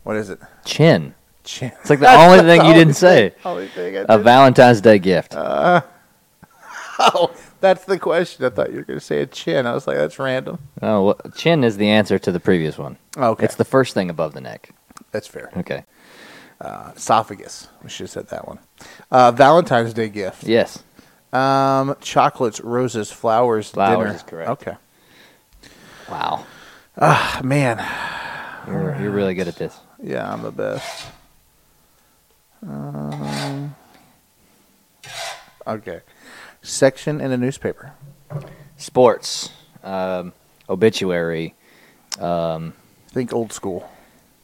B: What is it?
C: Chin.
B: Chin.
C: It's like the only thing you didn't say.
B: Holy thing I
C: A
B: did.
C: Valentine's Day gift.
B: Oh, that's the question. I thought you were going to say a chin. I was like, that's random.
C: oh, well, chin is the answer to the previous one.
B: Okay,
C: It's the first thing above the neck.
B: that's fair.
C: Okay.
B: Esophagus. We should have said that one. Uh, Valentine's Day gift.
C: Yes.
B: Um, chocolates, roses, flowers.
C: Flowers
B: dinner.
C: is correct.
B: Okay.
C: Wow.
B: Ah, Man,
C: You're, you're really good at this.
B: yeah, I'm the best. Um, okay. Section in a newspaper.
C: Sports, um, obituary,
B: Think old school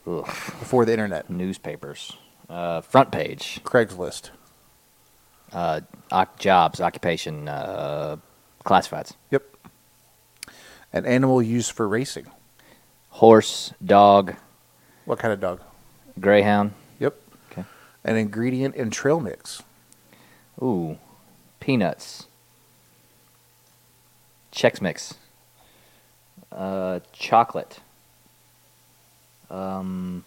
C: ugh,
B: before the internet.
C: newspapers, uh, front page,
B: Craigslist.
C: uh, oc- jobs, occupation, uh, classifieds.
B: Yep. An animal used for racing.
C: horse, dog,
B: What kind of dog?
C: greyhound.
B: Yep.
C: Okay.
B: An ingredient in trail mix.
C: Ooh, peanuts. Chex Mix. Uh, chocolate. Um,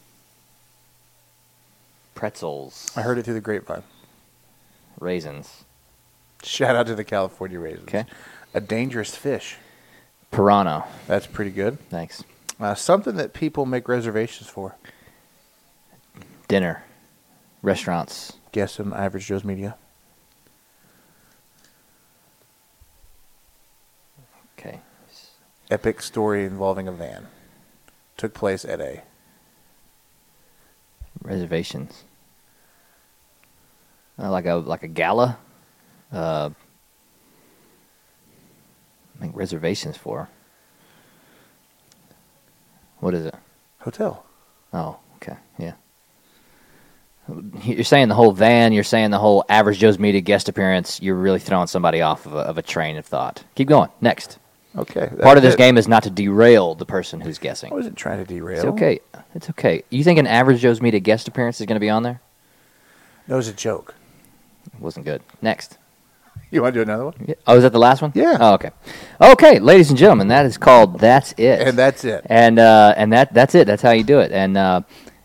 C: pretzels.
B: I heard it through the grapevine.
C: Raisins.
B: Shout out to the California raisins.
C: Okay.
B: A dangerous fish.
C: Piranha.
B: That's pretty good.
C: Thanks.
B: Uh, something that people make reservations for.
C: Dinner. Restaurants.
B: Guess in Average Joe's Media.
C: Okay.
B: Epic story involving a van. Took place at a.
C: Reservations. Uh, like a like a gala. Uh, make reservations for? What is it?
B: Hotel.
C: Oh, okay, yeah. You're saying the whole van. You're saying the whole average Joe's media guest appearance. You're really throwing somebody off of a, of a train of thought. Keep going. Next.
B: Okay.
C: Part of
B: that's
C: this
B: it.
C: game is not to derail the person who's
B: I
C: guessing.
B: wasn't trying to derail.
C: It's okay. It's okay. You think an average Joe's media guest appearance is going to be on there?
B: That was a joke.
C: Wasn't good. Next.
B: You want to do another one?
C: Yeah. Oh, is that the last one?
B: Yeah.
C: Oh, okay. Okay, ladies and gentlemen, that is called That's It.
B: And that's it.
C: and uh, and that that's it. That's how you do it. And uh,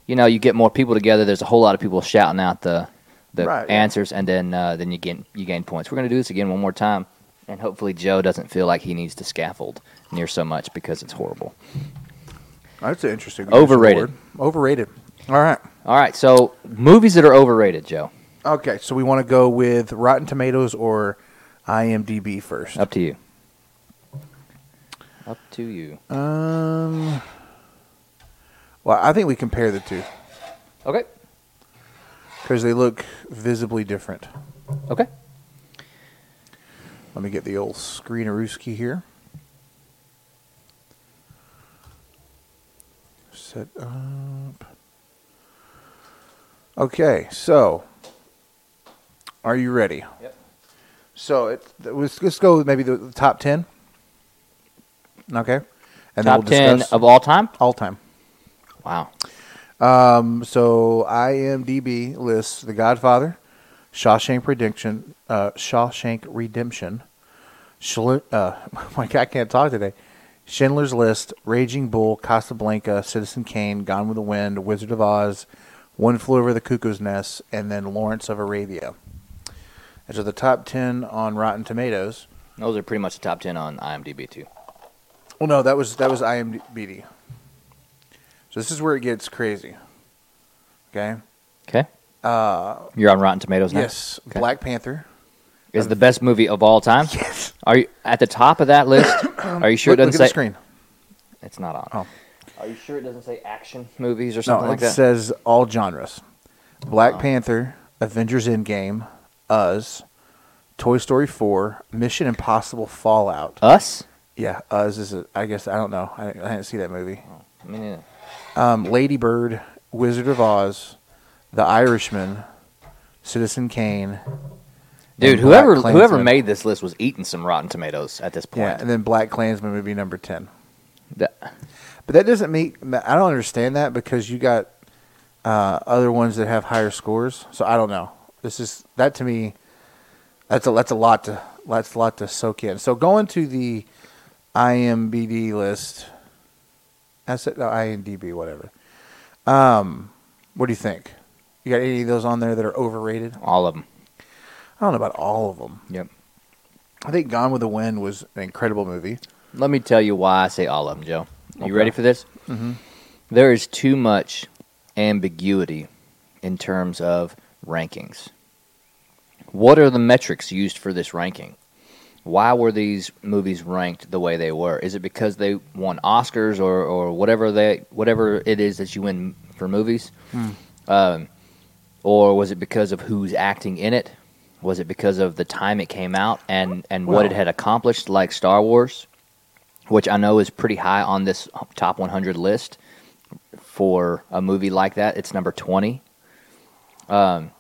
C: you know, you get more people together. There's a whole lot of people shouting out the the
B: Right, yeah.
C: answers, and then uh, then you gain you gain points. We're gonna do this again one more time, and hopefully Joe doesn't feel like he needs to scaffold near so much because it's horrible.
B: That's an interesting.
C: Overrated.
B: word. Overrated. All right.
C: All right, so movies that are overrated, Joe.
B: Okay. So we want to go with Rotten Tomatoes or IMDb first.
C: Up to you. Up to you.
B: Um. Well, I think we compare the two
C: Okay.
B: because they look visibly different.
C: Okay.
B: Let me get the old screenerooski here. Set up. Okay, so are you ready?
C: Yep.
B: So it, th- let's, let's go with maybe the, the top 10. Okay. And
C: Top ten of all time.
B: all time.
C: Wow.
B: Um, so IMDb lists The Godfather, Shawshank Redemption, uh, Shawshank Redemption, Schli- uh, my God, I can't talk today. Schindler's List, Raging Bull, Casablanca, Citizen Kane, Gone with the Wind, Wizard of Oz, One Flew Over the Cuckoo's Nest, and then Lawrence of Arabia. Those are the top ten on Rotten Tomatoes.
C: Those are pretty much the top ten on IMDb too.
B: Well, no, that was that was IMDb. So this is where it gets crazy. Okay.
C: Okay. Uh, You're on Rotten Tomatoes now.
B: Yes,
C: Okay.
B: Black Panther.
C: is the best movie of all time.
B: Yes.
C: Are you at the top of that list? Are you sure
B: look,
C: it doesn't
B: look at the
C: say
B: screen.
C: it's not on?
B: Oh.
C: Are you sure it doesn't say action movies or
B: No,
C: something
B: it
C: like that? Oh.
B: says all genres. Black Panther, Avengers Endgame, Us, Toy Story 4, Mission Impossible Fallout.
C: Us?
B: yeah, Us is a, I guess I don't know. I, I didn't see that movie.
C: I mean, yeah.
B: Um, Lady Bird, Wizard of Oz, The Irishman, Citizen Kane.
C: dude,
B: and Black
C: whoever whoever
B: Klansman.
C: made this list was eating some Rotten Tomatoes at this
B: yeah,
C: point.
B: and then Black Klansman would be number ten.
C: That-
B: But that doesn't mean I don't understand that because you got uh, other ones that have higher scores. So I don't know. This is that to me. That's a that's a lot to that's a lot to soak in. So going to the IMBD list. I said no, IMDb whatever. Um, what do you think? You got any of those on there that are overrated?
C: all of them.
B: I don't know about all of them.
C: Yep.
B: I think Gone with the Wind was an incredible movie.
C: Let me tell you why I say all of them, Joe. You
B: Okay.
C: ready for this? Mm-hmm. is too much ambiguity in terms of rankings. What are the metrics used for this ranking? Why were these movies ranked the way they were? Is it because they won Oscars or, or whatever they whatever it is that you win for movies?
B: Hmm.
C: Um, or was it because of who's acting in it? Was it because of the time it came out and, and what
B: Well-
C: it had accomplished, like Star Wars, which I know is pretty high on this top 100 list for a movie like that? It's number 20. Um,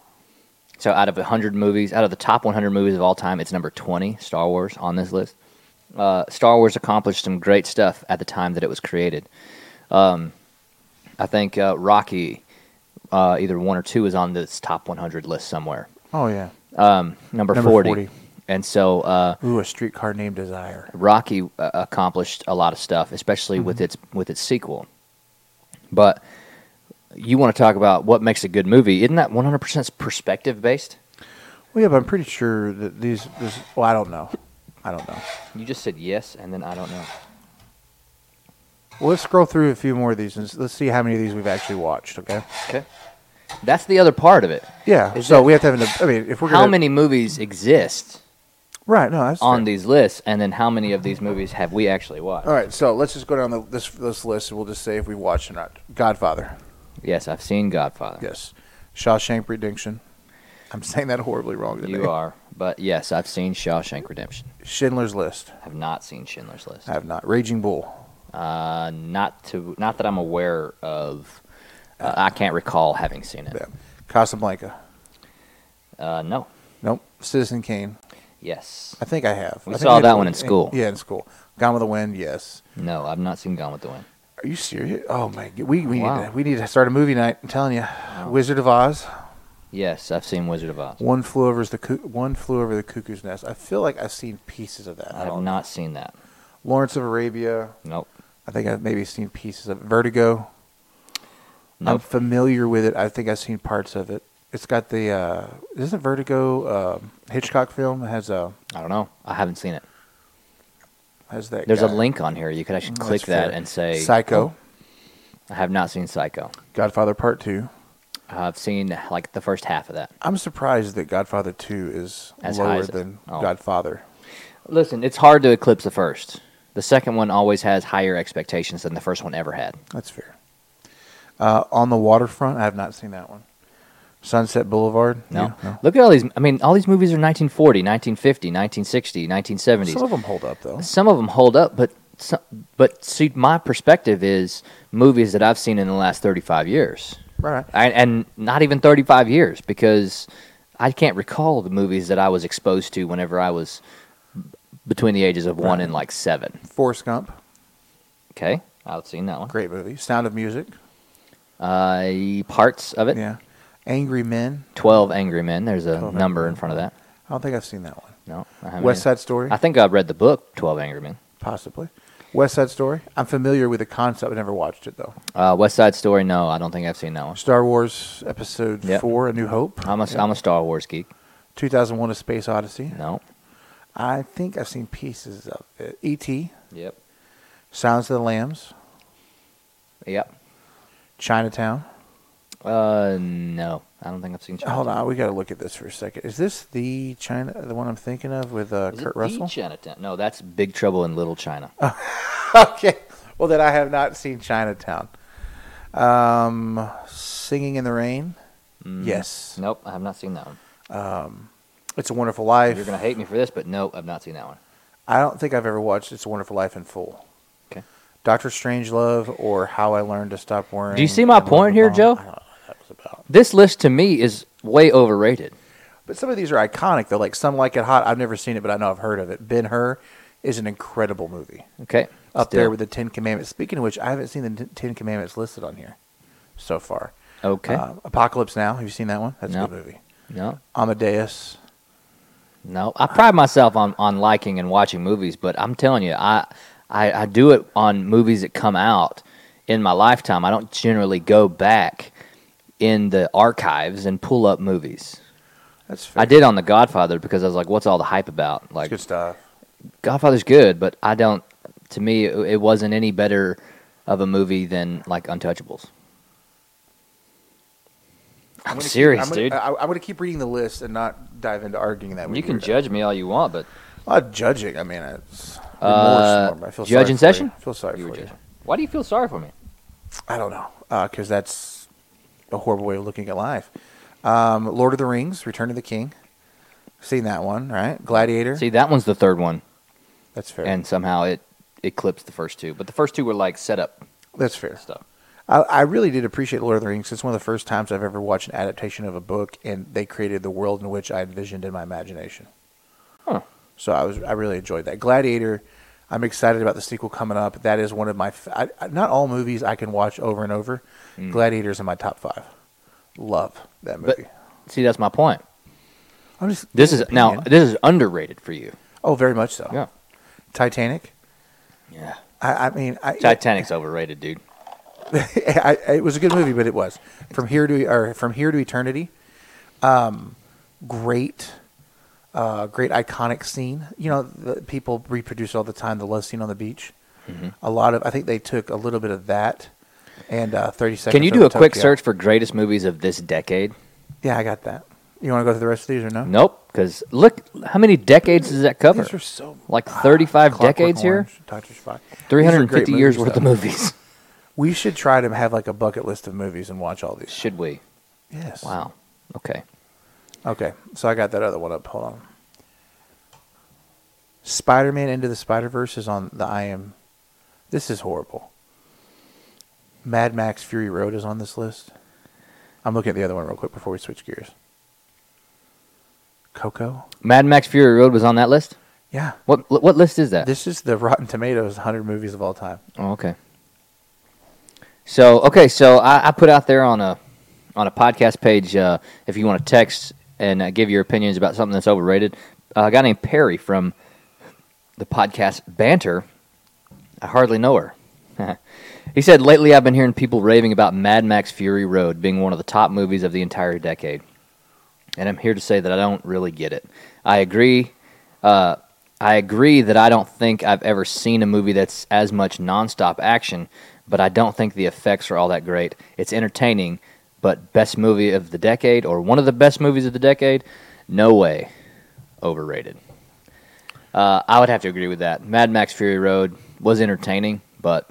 C: so out of 100 movies, out of the top 100 movies of all time, it's number 20, Star Wars, on this list. Uh, Star Wars accomplished some great stuff at the time that it was created. Um, I think uh, Rocky, uh, either one or two, is on this top 100 list somewhere.
B: Oh yeah,
C: Um, number,
B: Number
C: 40.
B: 40.
C: And so uh,
B: ooh, a streetcar named Desire.
C: Rocky uh, accomplished a lot of stuff, especially
B: Mm-hmm.
C: with its with its sequel. But you want to talk about what makes a good movie? Isn't that 100% perspective based?
B: Well, yeah, but I'm pretty sure that these. This, well, I don't know. I don't know.
C: You just said yes, and then I don't know.
B: Well, let's scroll through a few more of these and s- let's see how many of these we've actually watched. Okay.
C: Okay, that's the other part of it.
B: Yeah.
C: Is
B: so
C: that-
B: we have to have an. I mean, if we're
C: How
B: gonna,
C: many movies exist
B: Right. No. That's
C: on
B: fair.
C: these lists, and then how many of these movies have we actually watched?
B: All right. So let's just go down the, this this list and we'll just say if we watched or not. Godfather.
C: Yes, I've seen Godfather.
B: Yes. Shawshank Redemption. I'm saying that horribly wrong. Today.
C: You are, but yes, I've seen Shawshank Redemption.
B: Schindler's List.
C: Have not seen Schindler's List.
B: I have not. Raging Bull.
C: Uh, not to, not that I'm aware of. Uh, I can't recall having seen it.
B: Yeah. Casablanca.
C: Uh, no.
B: Nope. Citizen Kane.
C: Yes.
B: I think I have.
C: We
B: I think
C: saw
B: I did
C: that one in school.
B: yeah, in school. Gone with the Wind. Yes.
C: No, I've not seen Gone with the Wind.
B: Are you serious? Oh my! g- We we
C: Wow.
B: need to, we need to start a movie night. I'm telling you, Wizard of Oz.
C: Yes, I've seen Wizard of Oz.
B: One flew over the Coo- one flew over the cuckoo's nest. I feel like I've seen pieces of that.
C: I
B: I
C: have
B: don't.
C: not seen that.
B: Lawrence of Arabia.
C: Nope.
B: I think I've maybe seen pieces of it. Vertigo. I'm
C: Nope.
B: familiar with it. I think I've seen parts of it. It's got the uh, isn't Vertigo um Hitchcock film It has a
C: I don't know. I haven't seen it.
B: has that.
C: There's a
B: guy.
C: link on here. You could actually
B: That's
C: click that
B: fair.
C: and say
B: uh,
C: "Oh."
B: Psycho,
C: I have not seen Psycho.
B: Godfather Part Two.
C: I've seen like the first half of that.
B: I'm surprised that Godfather Two is
C: As high
B: lower
C: as it-
B: than
C: oh.
B: Godfather.
C: Listen, it's hard to eclipse the first. The second one always has higher expectations than the first one ever had.
B: That's fair. Uh, on the waterfront, I have not seen that one. Sunset Boulevard.
C: No.
B: Yeah, no.
C: Look at all these I mean all these movies are 1940, 1950, 1960, 1970s.
B: Some of them hold up though.
C: Some of them hold up, but some, but see my perspective is movies that I've seen in the last 35 years.
B: All right.
C: and, and not even 35 years because I can't recall the movies that I was exposed to whenever I was between the ages of one and like seven.
B: Forrest Gump,
C: Okay, I've seen that one.
B: great movie. Sound of Music.
C: Uh, parts of it.
B: Yeah. Angry Men.
C: 12 Angry Men. There's a
B: 12
C: number
B: Angry
C: in front of that.
B: I don't think I've seen that one.
C: No, I haven't
B: West
C: either.
B: Side Story.
C: I think I've read the book 12 Angry Men.
B: Possibly. West Side Story. I'm familiar with the concept. I never watched it though.
C: Uh, West Side Story. No, I don't think I've seen that one.
B: Star Wars Episode
C: Yep.
B: Four: A New Hope.
C: I'm a, am a Star Wars geek.
B: 2001: A Space Odyssey.
C: No.
B: I think I've seen pieces of it. E.T.
C: Yep.
B: Sounds of the Lambs.
C: Yep.
B: Chinatown.
C: Uh, no, I don't think I've seen.
B: Hold on, we got to look at this for a second. Is this the China, the one I'm thinking of with uh,
C: Is it
B: Kurt
C: the
B: Russell? Ah.
C: Chinatown? No, that's Big Trouble in Little China.
B: okay. Well, then I have not seen Chinatown. Um, Singing in the Rain.
C: Mm.
B: Yes.
C: Nope, I have not seen that one.
B: It's a Wonderful Life.
C: You're gonna hate me for this, but nope, I've not seen that one.
B: I don't think I've ever watched It's a Wonderful Life in full.
C: Okay.
B: Doctor Strangelove or How I Learned to Stop Worrying.
C: Do you see my
B: and Love
C: point
B: the
C: here,
B: Bomb.
C: Joe?
B: I don't know what that was about.
C: This list to me is way overrated.
B: But some of these are iconic though. Like some like it hot. I've never seen it, but I know I've heard of it. Ben Hur is an incredible movie.
C: Okay,
B: up
C: still.
B: there with the Ten Commandments. Speaking of which, I haven't seen the Ten- Ten Commandments listed on here so far.
C: okay.
B: Uh, Apocalypse Now. Have you seen that one? That's
C: No.
B: a good movie.
C: no,
B: Amadeus.
C: no. I pride myself on on liking and watching movies, but I'm telling you, I I, I do it on movies that come out in my lifetime. I don't generally go back in the archives and pull up movies.
B: That's fair.
C: I did on The Godfather because I was like, "What's all the hype about?"
B: That's
C: Like,
B: good stuff.
C: Godfather's good, but I don't. To me, it, it wasn't any better of a movie than like Untouchables. I'm,
B: gonna
C: serious,
B: keep, I'm gonna- uh,
C: dude.
B: I, am going to keep reading the list and not dive into arguing that. with
C: you can
B: right
C: judge me all you want, but
B: now. I'm not judging. I mean, it's remorse.
C: Uh,
B: Norm. I feel
C: judge
B: sorry
C: in
B: for you.
C: session?
B: I feel sorry
C: you were
B: for you.
C: judging. Why do you feel sorry for me?
B: I don't know because that's a horrible way of looking at life. Um, Lord of the Rings: Return of the King. Seen that one, right? Gladiator.
C: See, that one's the third one,
B: that's fair.
C: and somehow it eclipsed the first two. But the first two were like setup
B: that's fair.
C: stuff.
B: I, I really did appreciate Lord of the Rings. It's one of the first times I've ever watched an adaptation of a book, and they created the world in which I envisioned in my imagination.
C: Huh.
B: So I was I really enjoyed that. Gladiator. I'm excited about the sequel coming up. That is one of my f I I not all movies I can watch over and over. Gladiator's in my top five. Love that movie.
C: Mm. But see, that's my point.
B: I'm just
C: This is now
B: opinion.
C: this is underrated for you.
B: oh very much so.
C: Yeah,
B: Titanic.
C: yeah.
B: I, I mean I,
C: Titanic's overrated, dude.
B: I, I- it was a good movie, but it was from here to or from here to eternity. Um, great, uh, great iconic scene. You know, the, people reproduce all the time the love scene on the beach.
C: Mm-hmm.
B: A lot of I think they took a little bit of that and uh, thirty seconds.
C: Can you do
B: Over
C: a quick
B: Tokyo.
C: search for greatest movies of this decade?
B: Yeah, I got that. You want to go through the rest of these or no?
C: Nope, because look how many decades does that cover?
B: These are so
C: Like 35
B: Clockwork
C: decades here,
B: Orange, Doctor Spock. These are great
C: 350 years
B: movies,
C: worth of
B: though.
C: movies.
B: We should try to have like a bucket list of movies and watch all these.
C: Should we?
B: Yes.
C: Wow. Okay.
B: Okay, so I got that other one up. Hold on. Spider Man Into the Spider Verse is on the IM. This is horrible. Mad Max Fury Road is on this list. I'm looking at the other one real quick before we switch gears. Coco?
C: Mad Max Fury Road was on that list.
B: Yeah.
C: What what list is that?
B: This is the Rotten Tomatoes 100 movies of all time.
C: Oh, okay. So okay, so I, I put out there on a on a podcast page uh, if you want to text and uh, give your opinions about something that's overrated. Uh, a guy named Perry from the podcast Banter. I hardly know her. he said lately I've been hearing people raving about Mad Max Fury Road being one of the top movies of the entire decade, and I'm here to say that I don't really get it. I agree. Uh, I agree that I don't think I've ever seen a movie that's as much nonstop action, but I don't think the effects are all that great. It's entertaining, but best movie of the decade or one of the best movies of the decade, no way. Overrated. Uh, I would have to agree with that. Mad Max Fury Road was entertaining, but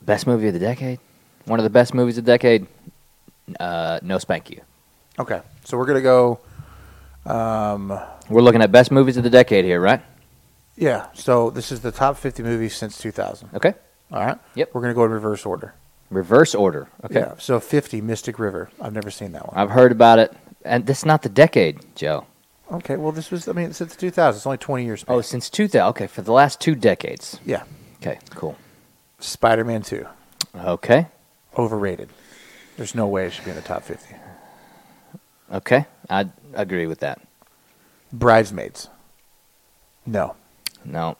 C: best movie of the decade, one of the best movies of the decade, uh, no spank you.
B: Okay, so we're going to go. um,
C: We're looking at best movies of the decade here, right?
B: Yeah, so this is the top 50 movies since 2000.
C: Okay.
B: All right?
C: Yep.
B: We're going to go in reverse order.
C: Reverse order. Okay. Uh,
B: Yeah, so 50, Mystic River. I've never seen that one.
C: I've heard about it, and that's not the decade, Joe.
B: Okay, well, this was, I mean, since 2000. It's only 20 years.
C: Oh,
B: past.
C: since 2000. Okay, for the last two decades.
B: yeah.
C: Okay, cool.
B: Spider Man 2,
C: Okay,
B: overrated. There's no way it should be in the top 50.
C: okay, I agree with that.
B: Bridesmaids, no.
C: No,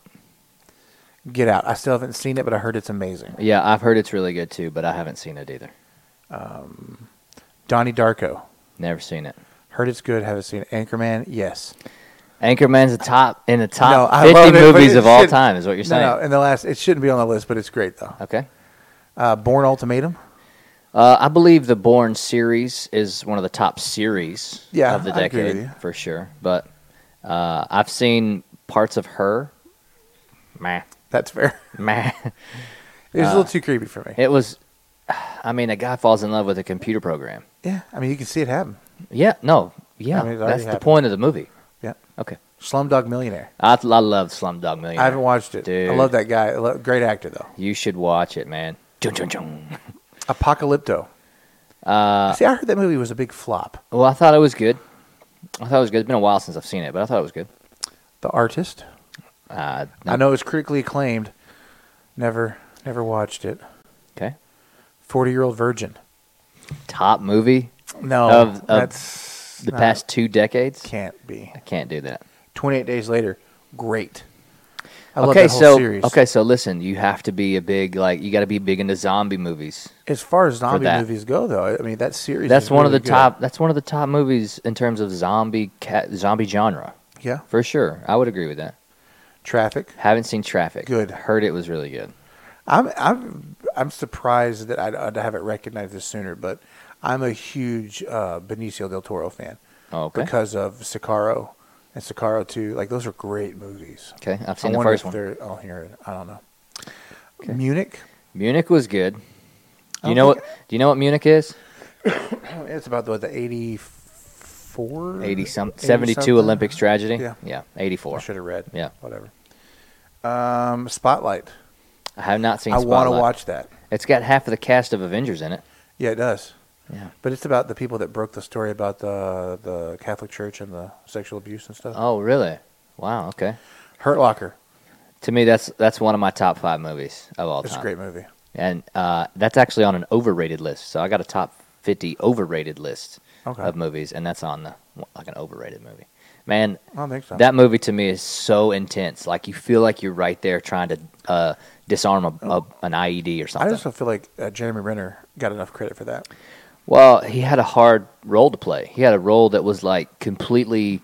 B: Get Out. I still haven't seen it, but I heard it's amazing.
C: yeah, I've heard it's really good too, but I haven't seen it either.
B: Donnie Darko,
C: Never seen it.
B: heard it's good, haven't seen it. Anchorman, yes.
C: Anchorman's a top in the top
B: I love
C: fifty
B: it, but
C: movies
B: it
C: of all
B: should-
C: time, is what you're saying.
B: No, no, in the last, it shouldn't be on the list, but it's great though.
C: Okay,
B: Uh, Born Ultimatum.
C: uh, I believe the Bourne series is one of the top series
B: Yeah,
C: of the
B: I agree with
C: decade
B: you.
C: for sure. But uh, I've seen parts of her. Meh,
B: That's fair.
C: meh.
B: It was a little too creepy for me.
C: Uh, It was. I mean, a guy falls in love with a computer program.
B: yeah, I mean, you can see it happen.
C: Yeah, no, yeah,
B: I mean, it already
C: that's the
B: happened.
C: point of the movie.
B: Yeah.
C: Okay,
B: Slumdog Millionaire.
C: I, I love Slumdog Millionaire.
B: I haven't watched it. I
C: Dude.
B: love that guy. I lo- Great actor though.
C: You should watch it, man. Chung, chung, chung.
B: Apocalypto. Uh, see, I heard that movie was a big flop.
C: Well, I thought it was good. I thought it was good. It's been a while since I've seen it, but I thought it was good.
B: The Artist.
C: Uh,
B: I know it's critically acclaimed. Never, never watched it.
C: okay,
B: Forty Year Old Virgin.
C: top movie
B: No,
C: Of- of
B: that's
C: the
B: not-
C: past two decades.
B: Can't be.
C: I can't do that.
B: Twenty Eight Days Later. Great. I love
C: okay,
B: that whole
C: so
B: series.
C: okay, so listen, you have to be a big like you got to be big into zombie movies.
B: As far as zombie
C: that.
B: movies go, though, I mean that series.
C: That's
B: is
C: one of
B: really
C: the
B: good.
C: top. That's one of the top movies in terms of zombie cat, zombie genre
B: Yeah.
C: for sure. I would agree with that.
B: Traffic.
C: Haven't seen Traffic.
B: Good.
C: Heard it was really good.
B: I'm I'm I'm surprised that I, I haven't recognized this sooner, but I'm a huge uh, Benicio del Toro fan
C: Oh, okay.
B: because of Sicario and Sicario Two. Like those are great movies.
C: Okay, I've
B: I
C: seen the
B: wonder
C: first
B: if
C: one.
B: they're all here. I don't know. Munich.
C: Munich was good. Do you
B: don't
C: know what?
B: think-
C: Do you know what Munich is?
B: It's about the, the eighty four.
C: Eighty some, seventy-two Olympics tragedy.
B: Yeah.
C: yeah, eighty-four.
B: I should have read.
C: Yeah.
B: Whatever. Um, Spotlight.
C: I have not seen.
B: I want to
C: Spotlight.
B: watch that.
C: It's got half of the cast of Avengers in it.
B: Yeah, it does.
C: Yeah.
B: But it's about the people that broke the story about the the Catholic Church and the sexual abuse and stuff.
C: Oh, really? Wow. Okay.
B: Hurt Locker.
C: To me, that's that's one of my top five movies of all
B: It's a
C: time.
B: great movie.
C: and uh, that's actually on an overrated list. So I got a top fifty overrated list
B: Okay.
C: of movies, and that's on the like an overrated movie. Man,
B: I don't think so.
C: That movie to me is so intense. Like you feel like you're right there trying to uh, disarm a, a, an IED or
B: Oh. I
C: something.
B: just don't feel like uh, Jeremy Renner got enough credit for that.
C: well, he had a hard role to play. He had a role that was like completely.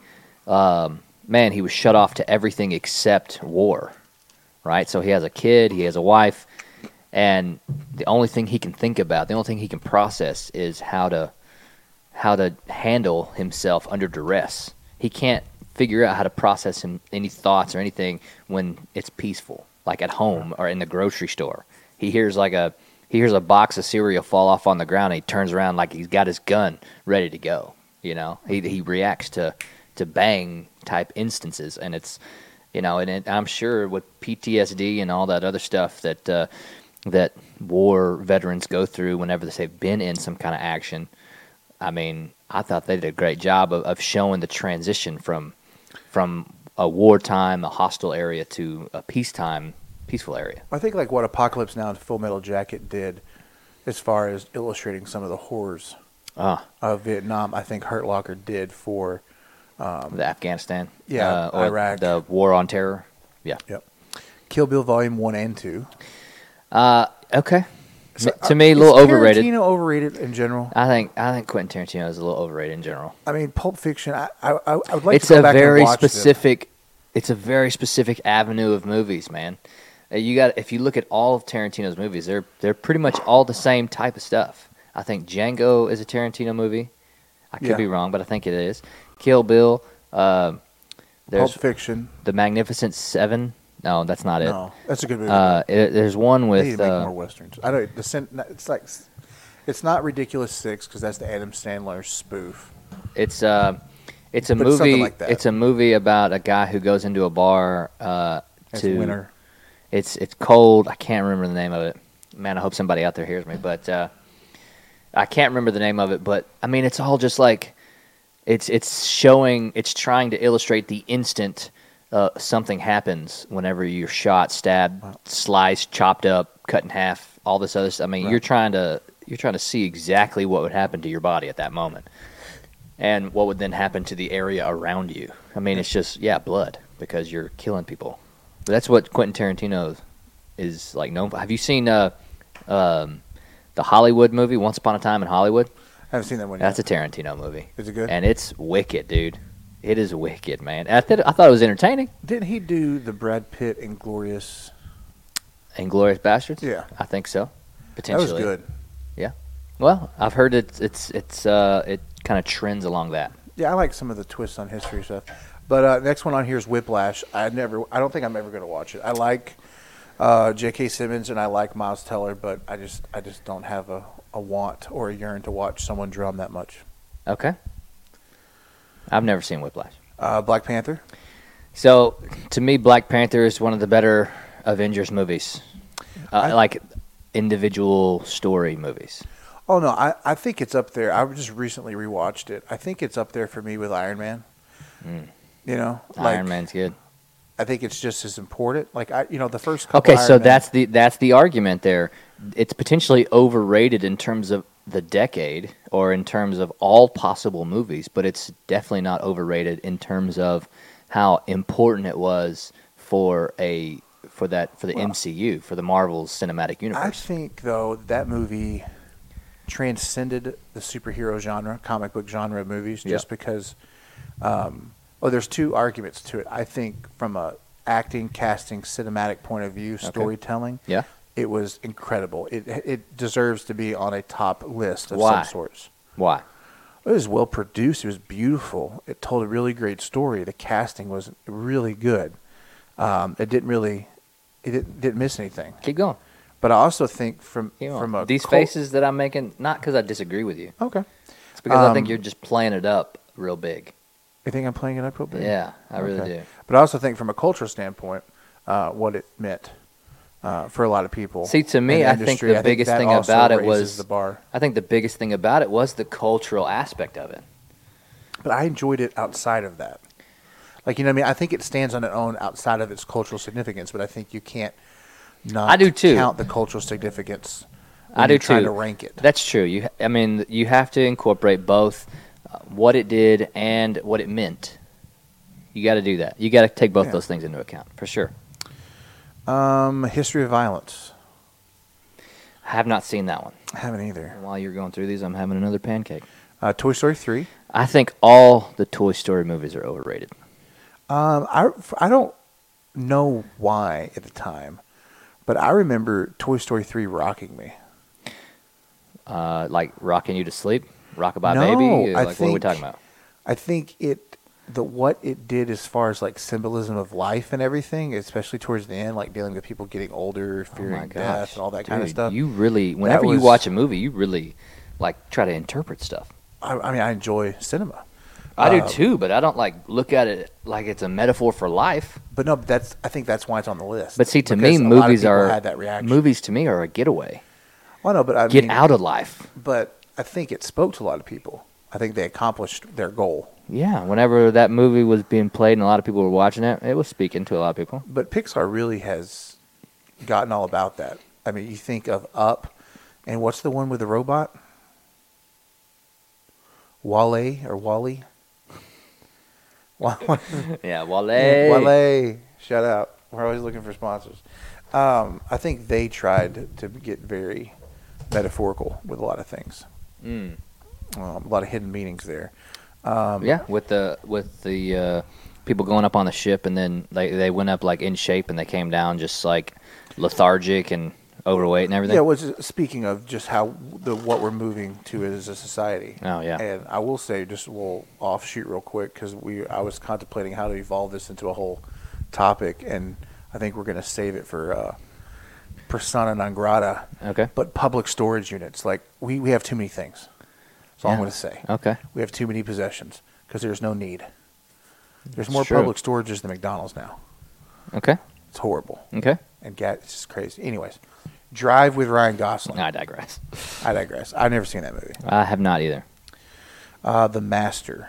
C: Um, man, he was shut off to everything except war. Right. So he has a kid. He has a wife, and the only thing he can think about, the only thing he can process, is how to how to handle himself under duress. He can't figure out how to process him, any thoughts or anything when it's peaceful, like at home or in the grocery store. He hears like a he hears a box of cereal fall off on the ground and he turns around like he's got his gun ready to go. You know, he he reacts to to bang type instances, and it's you know, and it, I'm sure with PTSD and all that other stuff that uh, that war veterans go through whenever they've been in some kind of action. I mean, I thought they did a great job of, of showing the transition from from a wartime, a hostile area to a peacetime, peaceful area.
B: I think like what Apocalypse Now and Full Metal Jacket did, as far as illustrating some of the horrors
C: Ah,
B: of Vietnam, I think Hurt Locker did for.
C: the Afghanistan,
B: Yeah,
C: uh, or
B: Iraq.
C: the war on terror. Yeah.
B: Yep. Kill Bill Volume One and Two.
C: Uh, okay.
B: So, uh,
C: M- to me, a
B: is
C: little overrated.
B: Tarantino overrated in general.
C: I think I think Quentin Tarantino is a little overrated in general.
B: I mean, Pulp Fiction. I I, I I would like
C: it's
B: to go
C: a
B: back
C: very
B: and watch them.
C: specific. It's a very specific avenue of movies, man. Uh, You got if you look at all of Tarantino's movies, they're they're pretty much all the same type of stuff. I think Django is a Tarantino movie. I could
B: Yeah.
C: be wrong, but I think it is. Kill Bill. Um
B: Pulp
C: there's
B: Fiction.
C: the Magnificent Seven. No, that's not it.
B: No, that's a good movie.
C: Uh, it- there's one
B: they need
C: with
B: to make
C: uh,
B: more westerns. I don't. The, Sin- it's like, it's not ridiculous six because that's the Adam Sandler spoof.
C: It's uh, it's a
B: But something
C: movie.
B: like that.
C: it's a movie about a guy who goes into a bar uh,
B: It's
C: to
B: winter.
C: It's it's cold. I can't remember the name of it. Man, I hope somebody out there hears me. But uh, I can't remember the name of it. But I mean, it's all just like it's it's showing. It's trying to illustrate the instant uh, something happens whenever you're shot, stabbed, sliced, chopped up, cut in half, all this other stuff. I mean, you're trying to you're trying to see exactly what would happen to your body at that moment and what would then happen to the area around you. I mean, it's just yeah, blood because you're killing people. But that's what Quentin Tarantino is like known for. Have you seen uh, um, the Hollywood movie Once Upon a Time in Hollywood?
B: I haven't seen that one.
C: That's a
B: yet.
C: Tarantino movie,
B: Is it Oh, good?
C: and it's wicked, dude. It is wicked, man. I, th- I thought it was entertaining.
B: Didn't he do the Brad Pitt Inglorious?
C: Inglorious Bastards.
B: Yeah.
C: I think so.
B: That
C: Potentially,
B: was good.
C: Well, I've heard it's it's it's uh, it kind of trends along that.
B: Yeah, I like some of the twists on history stuff. But uh, next one on here is Whiplash. I never. I don't think I'm ever going to watch it. I like uh, J.K. Simmons and I like Miles Teller, but I just I just don't have a, a want or a yearn to watch someone drum that much.
C: Okay. I've never seen Whiplash.
B: Uh, Black Panther.
C: So, to me, Black Panther is one of the better Avengers movies, uh,
B: I-
C: like individual story movies.
B: Oh no, I, I think it's up there. I just recently rewatched it. I think it's up there for me with Iron Man. You know,
C: Hmm. Iron Man's good.
B: I think it's just as important. Like I, you know, the first couple.
C: Okay,
B: Iron
C: so
B: Man-
C: that's the that's the argument there. It's potentially overrated in terms of the decade or in terms of all possible movies, but it's definitely not overrated in terms of how important it was for a for that for the MCU for the Marvel Cinematic
B: I
C: Universe.
B: think though that movie transcended the superhero genre, comic book genre of movies,
C: Yeah.
B: just because. Um, oh, there's two arguments to it. I think from a acting, casting, cinematic point of view, storytelling,
C: yeah.
B: it was incredible. It it deserves to be on a top list of
C: Why?
B: some sorts.
C: Why?
B: It was well produced. It was beautiful. It told a really great story. The casting was really good. Um, it didn't really, it didn't, didn't miss anything.
C: Keep going.
B: But I also think from
C: Keep
B: from
C: going.
B: a
C: These
B: cult-
C: faces that I'm making, not because I disagree with you.
B: Okay,
C: It's because I
B: Um,
C: think you're just playing it up real big.
B: you think I'm playing it up real big?
C: Yeah, I really
B: Okay.
C: do.
B: But I also think from a cultural standpoint, uh, what it meant uh, for a lot of people.
C: See, to me,
B: in the
C: I think
B: industry,
C: the biggest
B: that
C: thing
B: also
C: about it
B: raises
C: was-
B: the bar.
C: I think the biggest thing about it was the cultural aspect of it.
B: But I enjoyed it outside of that. Like you know, what I mean, I think it stands on its own outside of its cultural significance. But I think you can't not
C: I do too.
B: count the cultural significance. When
C: I do
B: you're trying
C: too.
B: to rank it.
C: That's true. You, ha- I mean, you have to incorporate both uh, what it did and what it meant. You got to do that. You got to take both
B: Yeah.
C: those things into account for sure.
B: Um, history of violence.
C: I have not seen that one.
B: I haven't either.
C: And while you're going through these, I'm having another pancake.
B: Uh, Toy Story three.
C: I think all the Toy Story movies are overrated.
B: Um, I I don't know why at the time, but I remember Toy Story three rocking me.
C: Uh, like rocking you to sleep, Rockabye
B: No,
C: Baby.
B: I
C: Like what are we
B: think-
C: talking about?
B: I think it the what it did as far as like symbolism of life and everything, especially towards the end, like dealing with people getting older, fearing death, and all that kind
C: Oh
B: of
C: dude,
B: stuff.
C: You really, whenever you
B: was-
C: watch a movie, you really like try to interpret stuff.
B: I, I mean, I enjoy cinema.
C: I
B: Uh,
C: do too, but I don't like look at it like it's a metaphor for life.
B: But no, that's I think that's why it's on the list.
C: But see, to
B: Because
C: me,
B: a lot of
C: movies
B: people
C: are
B: had that reaction.
C: movies to me are a getaway.
B: Well, no, but I
C: Get
B: mean,
C: out of life.
B: But I think it spoke to a lot of people. I think they accomplished their goal.
C: Yeah, whenever that movie was being played and a lot of people were watching it, it was speaking to a lot of people.
B: But Pixar really has gotten all about that. I mean, you think of Up, and what's the one with the robot? Wale or Wally? Wa- wa-
C: Yeah, Wale.
B: Wale, shout out. We're always looking for sponsors. Um, I think they tried to get very metaphorical with a lot of things.
C: Mm.
B: Um, a lot of hidden meanings there.
C: yeah, with the with the uh, people going up on the ship and then they they went up like in shape and they came down just like lethargic and overweight and everything.
B: Yeah, which is speaking of just how the what we're moving to as a society.
C: Oh, yeah.
B: And I will say, just a little offshoot real quick because we I was contemplating how to evolve this into a whole topic, and I think we're going to save it for uh, persona non grata.
C: Okay.
B: But public storage units, like we we have too many things. That's all I'm
C: Yeah.
B: going to say.
C: Okay.
B: We have too many possessions because there's no need. There's more
C: true.
B: public storages than McDonald's now.
C: Okay.
B: It's horrible.
C: Okay.
B: And gas, it's just crazy. Anyways, Drive with Ryan Gosling.
C: I digress.
B: I digress. I've never seen that movie.
C: I have not either.
B: Uh, the Master.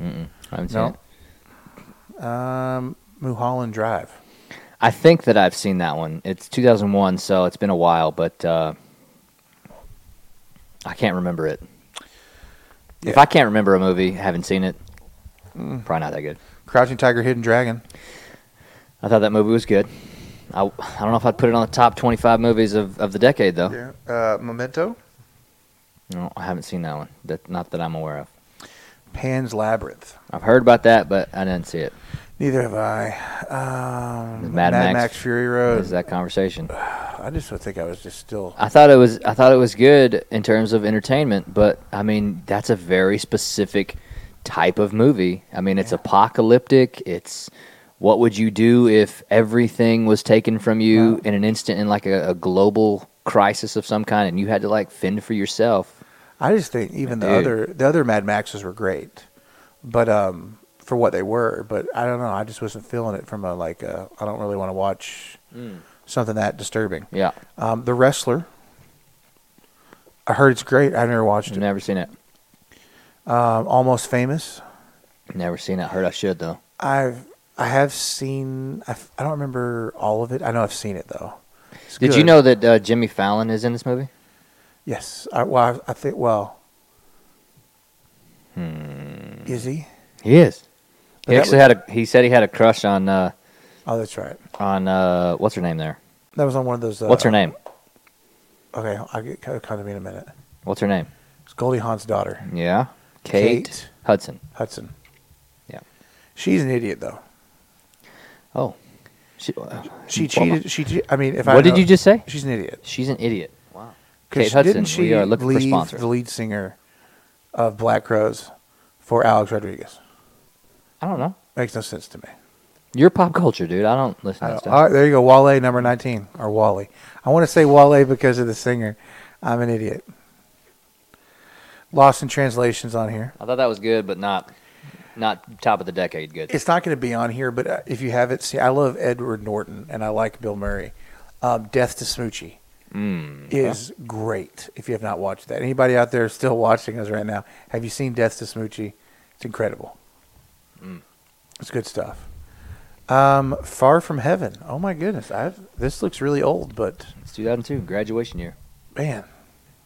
C: I haven't seen
B: No.
C: it.
B: Um, Mulholland Drive.
C: I think that I've seen that one. It's 2001, so it's been a while, but uh, I can't remember it. If
B: Yeah. Mm.
C: I can't remember a movie, haven't seen it, probably not that good.
B: Crouching Tiger, Hidden Dragon.
C: I thought that movie was good. I, I don't know if I'd put it on the top 25 movies of, of the decade, though.
B: Yeah. Uh, Memento.
C: No, I haven't seen that one. That, not that I'm aware of.
B: Pan's Labyrinth.
C: I've heard about that, but I didn't see it.
B: Neither have I. Um,
C: Mad Max-
B: Fury
C: It
B: Road.
C: was that conversation.
B: I just would think I was just still.
C: I thought it was I thought it was good in terms of entertainment, but I mean that's a very specific type of movie. I mean it's apocalyptic. It's what would you do if everything was taken from you in an instant in like a, a global crisis of some kind, and you had to like fend for yourself?
B: I just think even the
C: Dude.
B: other the other Mad Maxes were great, but um, for what they were. But I don't know. I just wasn't feeling it from a like. I I don't really want to watch something that disturbing.
C: Yeah,
B: Um, the Wrestler. I heard it's great. I've never watched it.
C: never seen it.
B: Um, Almost Famous.
C: Never seen it. Heard I should though.
B: I've I have seen. I've, I don't remember all of it. I know I've seen it though. It's
C: Did you
B: good.
C: know that uh, Jimmy Fallon is in this movie?
B: Yes. I, well, I, I think. Well,
C: Hmm.
B: is he?
C: He is.
B: But
C: He
B: that
C: actually
B: was-
C: had a. He said he had a crush on uh,
B: Oh, that's right.
C: on uh, what's her name there?
B: That was on one of those. Uh,
C: What's her name?
B: Okay, I'll get I'll come to me in a minute.
C: What's her name?
B: It's Goldie Hawn's daughter,
C: Yeah. Kate,
B: Kate.
C: Hudson.
B: Hudson.
C: Yeah.
B: She's an idiot though.
C: Oh. She, uh,
B: She
C: well,
B: cheated. She. che- I mean, if I.
C: What did
B: know-
C: you just say?
B: She's an idiot.
C: She's an idiot. Wow.
B: 'Cause
C: Kate Hudson,
B: Didn't she
C: we are looking for
B: leave
C: sponsors.
B: the lead singer of Black Crows for Alex Rodriguez?
C: I don't know.
B: Makes no sense to me.
C: You're pop culture, dude. I don't listen
B: Uh,
C: to that
B: I don't-
C: stuff.
B: all right, there you go. Wale number nineteen or Wally. I want to say Wale because of the singer. I'm an idiot. Lost in translations on here.
C: I thought that was good, but not not top of the decade good.
B: It's not going to be on here, but uh, if you haven't seen, I love Edward Norton and I like Bill Murray. Um, Death to Smoochie is great. If you have not watched that, anybody out there still watching us right now? Have you seen Death to Smoochie? It's incredible. It's good stuff. Um, Far from Heaven. Oh my goodness, I've, this looks really old, but
C: It's 2002, graduation year.
B: man,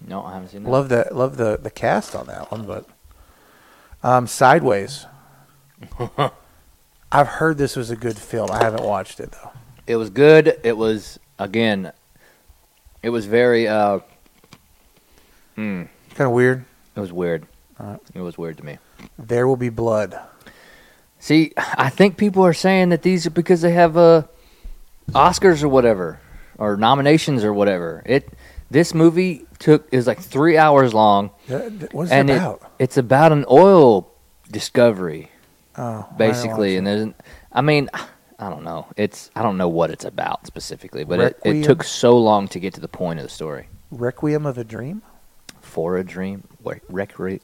C: No, I haven't seen that.
B: Love the love the the cast on that one, but um, Sideways. I've heard this was a good film. I haven't watched it though.
C: It was good. It was again. It was very. uh
B: Kind of weird.
C: It was weird. It was weird to me.
B: There will be blood.
C: See, I think people are saying that these are because they have uh, Oscars or whatever, or nominations or whatever. It this movie took is like three hours long,
B: Th- th- What is
C: and
B: it
C: it-
B: about?
C: it's about an oil discovery
B: oh,
C: basically.
B: I
C: And there's, I mean, I don't know. It's I don't know what it's about specifically, but it,
B: Requiem?
C: it took so long to get to the point of the story
B: Requiem of a Dream.
C: for a dream. Re- Requi-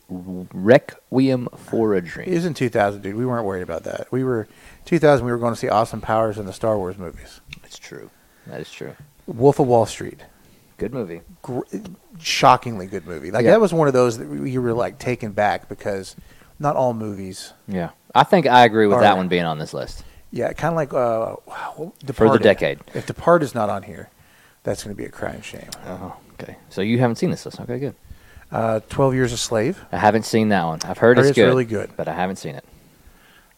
C: Requiem for a
B: It
C: Dream.
B: was in 2000, dude. We weren't worried about that. We were 2000. We were going to see Austin Powers in the Star Wars movies.
C: It's true. That is true.
B: Wolf of Wall Street,
C: Good movie.
B: gr- shockingly good movie. Like
C: Yeah.
B: that was one of those that we- you were like taken back because not all movies.
C: Yeah, I think I agree with
B: All
C: that
B: right.
C: one being on this list.
B: Yeah, kind of like uh, wow, Departed.
C: decade.
B: If Depart is not on here, that's going to be a crying shame.
C: Oh, okay. So you haven't seen this list? Okay, good.
B: Uh, Twelve Years a Slave.
C: I haven't seen that one. I've heard,
B: Heard
C: it's,
B: it's
C: good,
B: really good.
C: but I haven't seen it.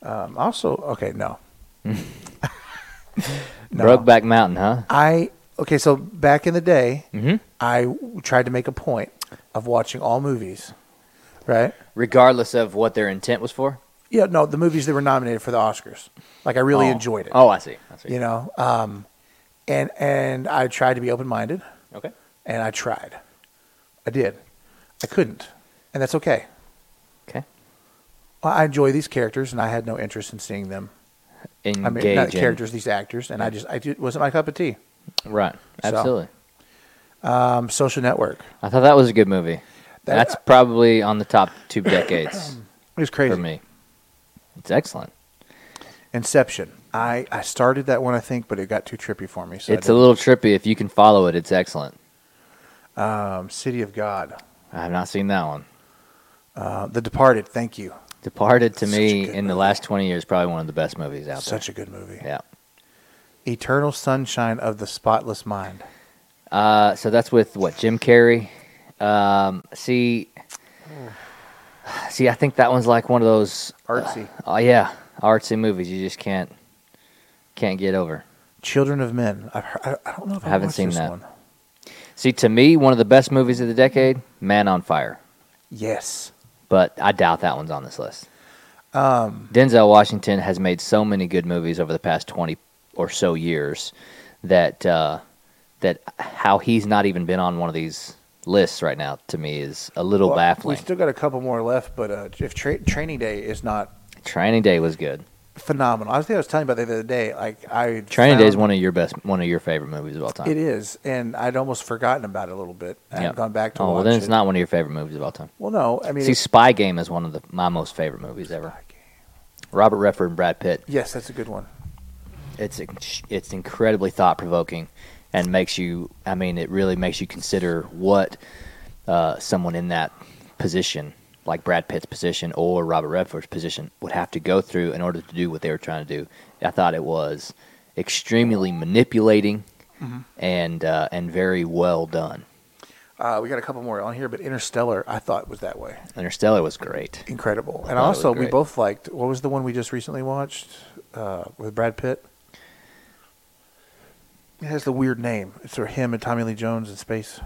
B: Um, also, okay, no, No.
C: Brokeback Mountain, huh?
B: I okay. So back in the day,
C: Mm-hmm.
B: I w- tried to make a point of watching all movies, right?
C: Regardless of what their intent was for.
B: Yeah, no, the movies that were nominated for the Oscars. Like I really
C: Oh.
B: enjoyed it.
C: Oh, I see. I see.
B: you know, um, and and I tried to be open minded,
C: Okay.
B: and I tried, I did, I couldn't, and that's okay.
C: Okay.
B: I I enjoy these characters, and I had no interest in seeing them.
C: Engaging.
B: I mean, not characters, these actors, and I just I it wasn't my cup of tea.
C: Right.
B: So.
C: Absolutely.
B: Um, Social Network,
C: I thought that was a good movie.
B: That-
C: That's probably on the top two decades
B: it was crazy.
C: for me. It's excellent.
B: Inception. I, I started that one, I think, but it got too trippy for me. So I
C: it's a little trippy. If you can follow it, it's excellent.
B: didn't. um, City of God,
C: I have not seen that one.
B: uh, The Departed. Thank you.
C: Departed to
B: Such a
C: me
B: good
C: in the
B: movie.
C: last twenty years, probably one of the best movies out
B: Such a good movie.
C: there. Yeah.
B: Eternal Sunshine of the Spotless Mind.
C: Uh, so that's with what Jim Carrey. Um, see, see, I think that one's like one of those.
B: Artsy.
C: Oh yeah, artsy movies. You just can't can't get over.
B: Children of Men. I've heard, I, I don't know if I,
C: I haven't
B: watched
C: seen
B: this
C: that.
B: One.
C: See, to me, one of the best movies of the decade, Man on Fire.
B: Yes.
C: But I doubt that one's on this list. Um, Denzel Washington has made so many good movies over the past twenty or so years that uh, that how he's not even been on one of these lists right now to me is a little
B: Well,
C: baffling.
B: We still got a couple more left, but uh, if tra- Training Day is not
C: Training Day was good.
B: phenomenal, I think I was telling you about that the other day. Like I
C: Training Day is
B: found-
C: one of your best, one of your favorite movies of all time.
B: It is, and I'd almost forgotten about it a little bit. I
C: Yep.
B: have gone back to
C: oh,
B: watch
C: well, then it's
B: it.
C: not one of your favorite movies of all time.
B: Well, no, I mean,
C: See,
B: it's-
C: Spy Game is one of the, my most favorite movies ever. Robert Redford and Brad Pitt.
B: yes, that's a good one.
C: It's ex- it's incredibly thought provoking, and makes you. I mean, it really makes you consider what uh, someone in that position, like Brad Pitt's position or Robert Redford's position, would have to go through in order to do what they were trying to do. I thought it was extremely manipulating and uh, and very well done.
B: Uh, we got a couple more on here, but Interstellar, I thought was that way.
C: Interstellar was great.
B: Incredible.
C: I
B: And
C: thought it was
B: also, we
C: great.
B: both liked what was the one we just recently watched uh, with Brad Pitt? It has the weird name. It's for him and Tommy Lee Jones in space.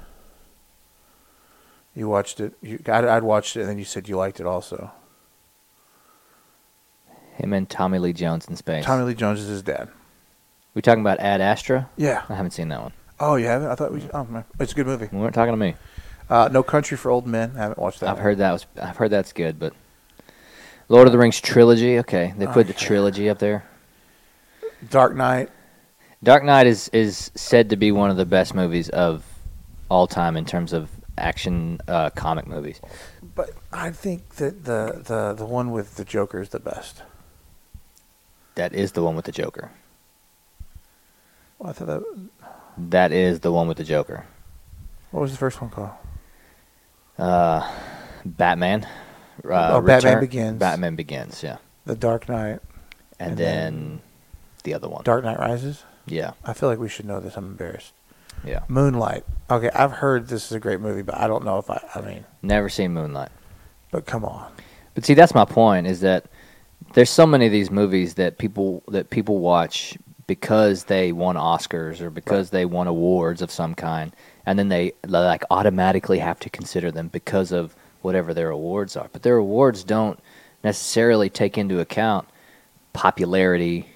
B: You watched it. You, I'd, I'd watched it, and then you said you liked it also.
C: Him and Tommy Lee Jones in space.
B: Tommy Lee Jones is his dad.
C: we talking about Ad Astra?
B: Yeah.
C: I haven't seen that one.
B: Oh, you haven't? I thought we. Oh, man. it's a good movie.
C: You weren't talking to me.
B: Uh, no Country for Old Men. I haven't watched that.
C: I've
B: one.
C: heard that was. I've heard that's good, but Lord of the Rings trilogy. Okay, they put the
B: Okay.
C: trilogy up there.
B: Dark Knight.
C: Dark Knight is is said to be one of the best movies of all time in terms of action uh, comic movies.
B: But I think that the, the, the one with the Joker is the best.
C: That is the one with the Joker.
B: Well, I thought that.
C: That is the one with the Joker.
B: What was the first one called?
C: Uh, Batman. Uh,
B: Oh, Batman Begins.
C: Batman Begins. Yeah,
B: The Dark Knight.
C: and,
B: And
C: then,
B: then-
C: the other one.
B: Dark Knight Rises.
C: Yeah,
B: I feel like we should know this. I'm embarrassed.
C: yeah.
B: Moonlight. Okay, I've heard this is a great movie, but I don't know if I. I mean,
C: Never seen Moonlight.
B: but come on.
C: But see, that's my point is that there's so many of these movies that people that people watch because they won Oscars or because they won awards of some kind, and then they like automatically have to consider them because of whatever their awards are. But their awards don't necessarily take into account popularity,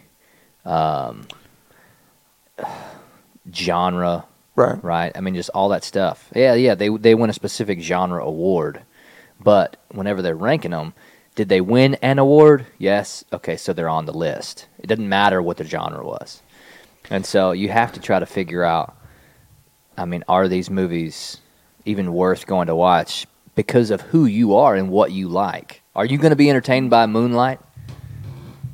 C: um, genre,
B: Right.
C: right? I mean, just all that stuff. Yeah, yeah. They they win a specific genre award, but whenever they're ranking them, did they win an award? Yes. Okay, so they're on the list. It doesn't matter what the genre was, and so you have to try to figure out. I mean, are these movies even worth going to watch because of who you are and what you like. Are you going to be entertained by Moonlight?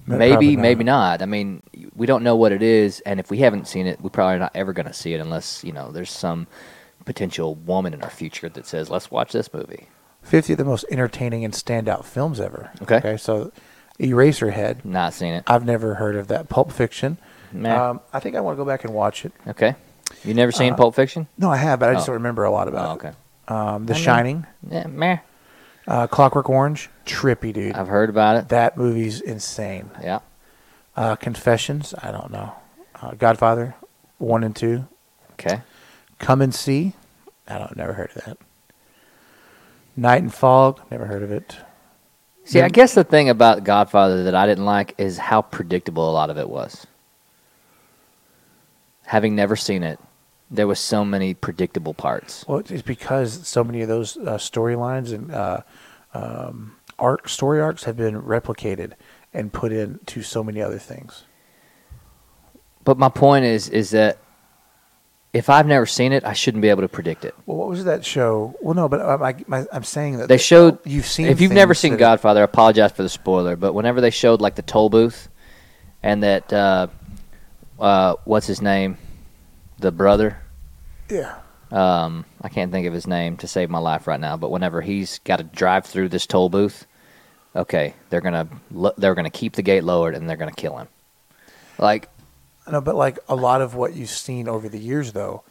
B: No,
C: maybe,
B: probably not.
C: maybe not. I mean, we don't know what it is, and if we haven't seen it, we're probably not ever going to see it unless you know there's some potential woman in our future that says, "Let's watch this movie."
B: 50 of the most entertaining and standout films ever.
C: Okay.
B: Okay. So, Eraserhead.
C: Not seen it.
B: I've never heard of that. Pulp Fiction.
C: Nah.
B: Um, I think I want to go back and watch it.
C: Okay, you never seen
B: Uh-huh.
C: Pulp Fiction?
B: No, I have, but I just
C: Oh.
B: don't remember a lot about
C: Oh, okay.
B: it. Um, The
C: I know.
B: Shining,
C: Yeah, meh.
B: uh, Clockwork Orange, trippy dude.
C: I've heard about it.
B: that movie's insane.
C: Yeah.
B: Uh, Confessions, I don't know. Uh, Godfather, one and two.
C: Okay.
B: Come and see, I don't never heard of that. Night and Fog, never heard of it.
C: See,
B: Yeah.
C: I guess the thing about Godfather that I didn't like is how predictable a lot of it was. Having never seen it, there was so many predictable parts.
B: Well, it's because so many of those uh, storylines and uh, um, arc story arcs have been replicated and put into so many other things.
C: But my point is, is that if I've never seen it, I shouldn't be able to predict it.
B: Well, what was that show? Well, no, but I, I, my, I'm saying that
C: They showed
B: you've seen
C: If you've never
B: things
C: seen
B: that-
C: Godfather, I apologize for the spoiler, but whenever they showed like the toll booth, and that uh, uh, what's his name, the brother,
B: Yeah,
C: um, I can't think of his name to save my life right now, but whenever he's got to drive through this toll booth, okay, they're gonna lo- they're gonna keep the gate lowered and they're gonna kill him. Like,
B: no, but like a lot of what you've seen over the years, though,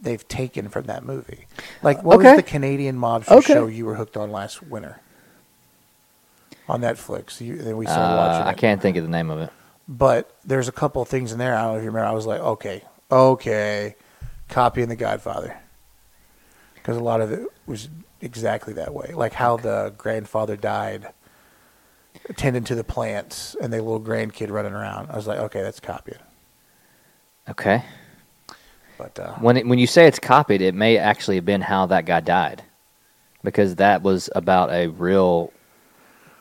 B: they've taken from that movie. Like, what
C: Okay.
B: was the Canadian mobster
C: Okay.
B: show you were hooked on last winter on Netflix? You, then we started
C: uh,
B: watching.
C: I
B: it.
C: can't think of the name of it.
B: but there's a couple of things in there. I don't know if you remember. I was like, okay, okay, copying The Godfather, because a lot of it was exactly that way, like how the grandfather died, tending to the plants, and the little grandkid running around. I was like, okay, that's copying.
C: Okay,
B: But uh,
C: when it, when you say it's copied, it may actually have been how that guy died, because that was about a real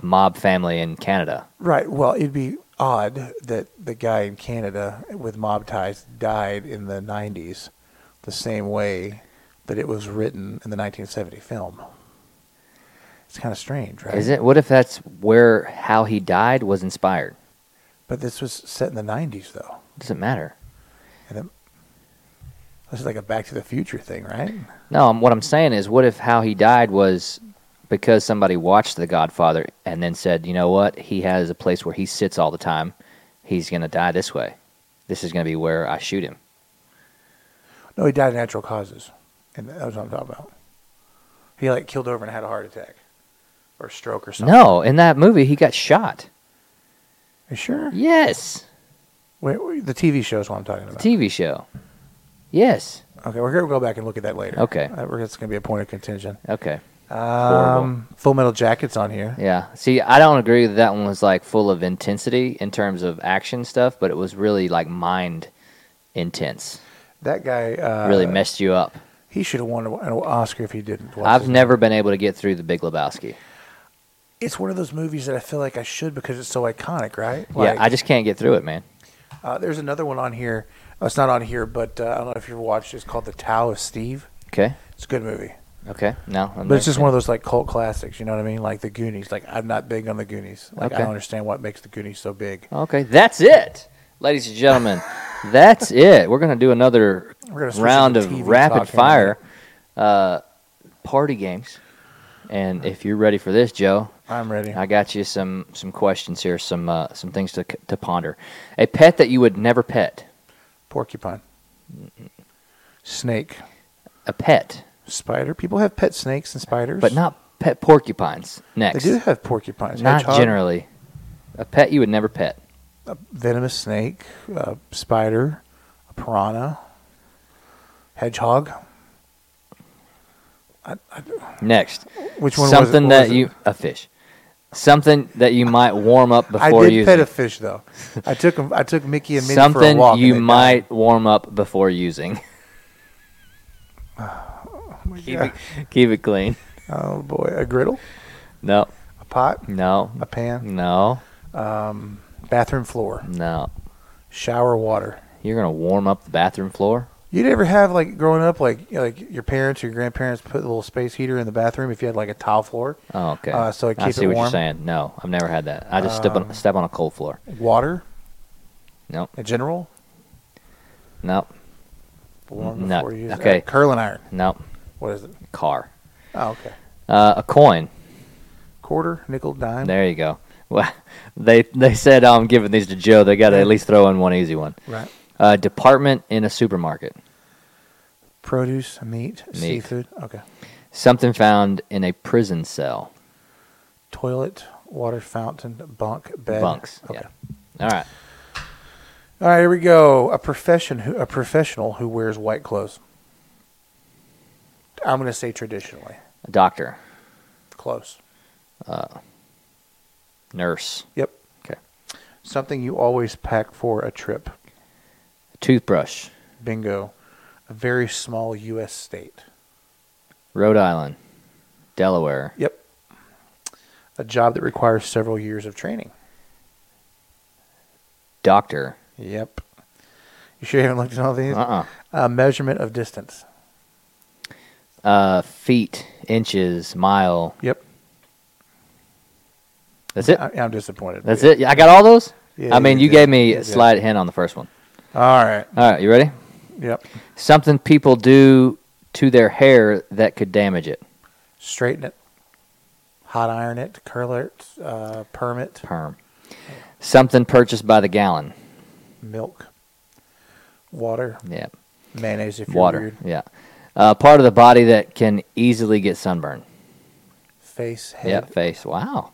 C: mob family in Canada.
B: right, well, it'd be odd that the guy in Canada with mob ties died in the '90s, the same way that it was written in the 1970 film. It's kind of strange, right?
C: Is it? What if that's where how he died was inspired?
B: But this was set in the '90s, though,
C: Doesn't matter.
B: and it, this is like a Back to the Future thing, right?
C: No, um, what I'm saying is, what if how he died was because somebody watched The Godfather and then said, you know what, he has a place where he sits all the time. He's going to die this way. This is going to be where I shoot him.
B: No, he died of natural causes, and that was what I'm talking about. He like killed over and had a heart attack, or stroke, or something.
C: No, in that movie, he got shot.
B: you sure?
C: Yes.
B: Wait, wait, the TV show is what I'm talking
C: The
B: about.
C: TV show. Yes.
B: okay, we're gonna go back and look at that later.
C: Okay.
B: uh, we're, that's gonna be a point of contention.
C: Okay.
B: Um, Full Metal Jacket's on here.
C: Yeah. See, I don't agree that that one was like full of intensity in terms of action stuff, but it was really like mind intense.
B: That guy uh,
C: Really messed you up.
B: He should have won an Oscar if he didn't. What's
C: I've
B: his
C: never been able to get through The Big Lebowski.
B: It's one of those movies that I feel like I should because it's so iconic, right?
C: yeah, I just can't get through it, man.
B: Uh, there's another one on here. Oh, it's not on here, but uh, I don't know if you've watched. it. It's called The Tao of Steve.
C: Okay.
B: It's a good movie,
C: Okay. No. I'm
B: but it's just one of those like cult classics. You know what I mean? Like The Goonies. Like I'm not big on The Goonies. Like I
C: Okay.
B: don't understand what makes The Goonies so big.
C: Okay. That's it, ladies and gentlemen. that's it. We're gonna do another
B: We're gonna switch it
C: round
B: to
C: of
B: TV
C: rapid
B: talk in a
C: fire uh, party games. And if you're ready for this, Joe,
B: I'm ready.
C: I got you some some questions here, some uh, some things to c- to ponder. A pet that you would never pet.
B: Porcupine, snake,
C: A pet,
B: spider. People have pet snakes and spiders,
C: but not pet porcupines.
B: They
C: Next,
B: do have porcupines.
C: not
B: Hedgehog,
C: generally. A pet you would never pet.
B: venomous snake, uh, spider, a piranha, hedgehog.
C: Next,
B: Which one? was it?
C: something
B: What
C: that
B: was it?
C: you a fish something that you might warm up before
B: I did
C: using
B: pet a fish though. I took 'em- I took Mickey and Minnie for a
C: something
B: walk. and
C: you
B: they died.
C: might warm up before using keep, it, keep it clean
B: Oh boy, a griddle,
C: no
B: a pot,
C: no
B: a pan,
C: no
B: bathroom floor,
C: no
B: shower water.
C: you're gonna warm up the bathroom floor
B: You'd ever have like growing up, like you know, like your parents or your grandparents put a little space heater in the bathroom if you had like a tile floor.
C: Oh, okay.
B: Uh, so it
C: I
B: keeps
C: see
B: it
C: what
B: warm. Um,
C: you're saying. No, I've never had that. I just step on step on a cold floor.
B: Water
C: No,
B: in general,
C: no,
B: warm
C: No.
B: before you use it.
C: Okay.
B: Uh, curling iron.
C: no.
B: What is it?
C: Car.
B: Oh, okay.
C: Uh, a coin.
B: Quarter, nickel, dime.
C: There you go. Well, they they said oh, I'm giving these to Joe. They got to at least throw in one easy one.
B: Right.
C: Uh, department in a supermarket.
B: Produce, meat,
C: Meat.
B: seafood. Okay.
C: Something found in a prison cell.
B: Toilet, water fountain, bunk, bed.
C: Bunks.
B: Okay.
C: Yeah. All right.
B: All right, here we go. A profession, who, a professional who wears white clothes. I'm going to say traditionally
C: A doctor,
B: close.
C: nurse,
B: Yep.
C: Okay.
B: Something you always pack for a trip.
C: toothbrush,
B: Bingo. A very small U.S. state.
C: Rhode Island, Delaware,
B: Yep. A job that requires several years of training.
C: doctor.
B: Yep. You sure you haven't looked at all these?
C: Uh-uh.
B: A measurement of distance.
C: Uh, feet, inches, mile.
B: Yep.
C: That's it.
B: I, I'm disappointed.
C: That's it. I got all those.
B: Yeah,
C: I mean,
B: you
C: you
B: did.
C: gave me
B: You
C: a
B: did.
C: slight hint on the first one.
B: All right.
C: All right, you ready?
B: Yep.
C: Something people do to their hair that could damage it.
B: Straighten it. Hot iron it. Curl it. Uh, perm it.
C: Perm. Something purchased by the gallon.
B: Milk. Water.
C: Yeah.
B: Mayonnaise if you're
C: Water.
B: weird.
C: Yeah. Uh, part of the body that can easily get sunburned.
B: Face. Head.
C: Yeah, face. Wow.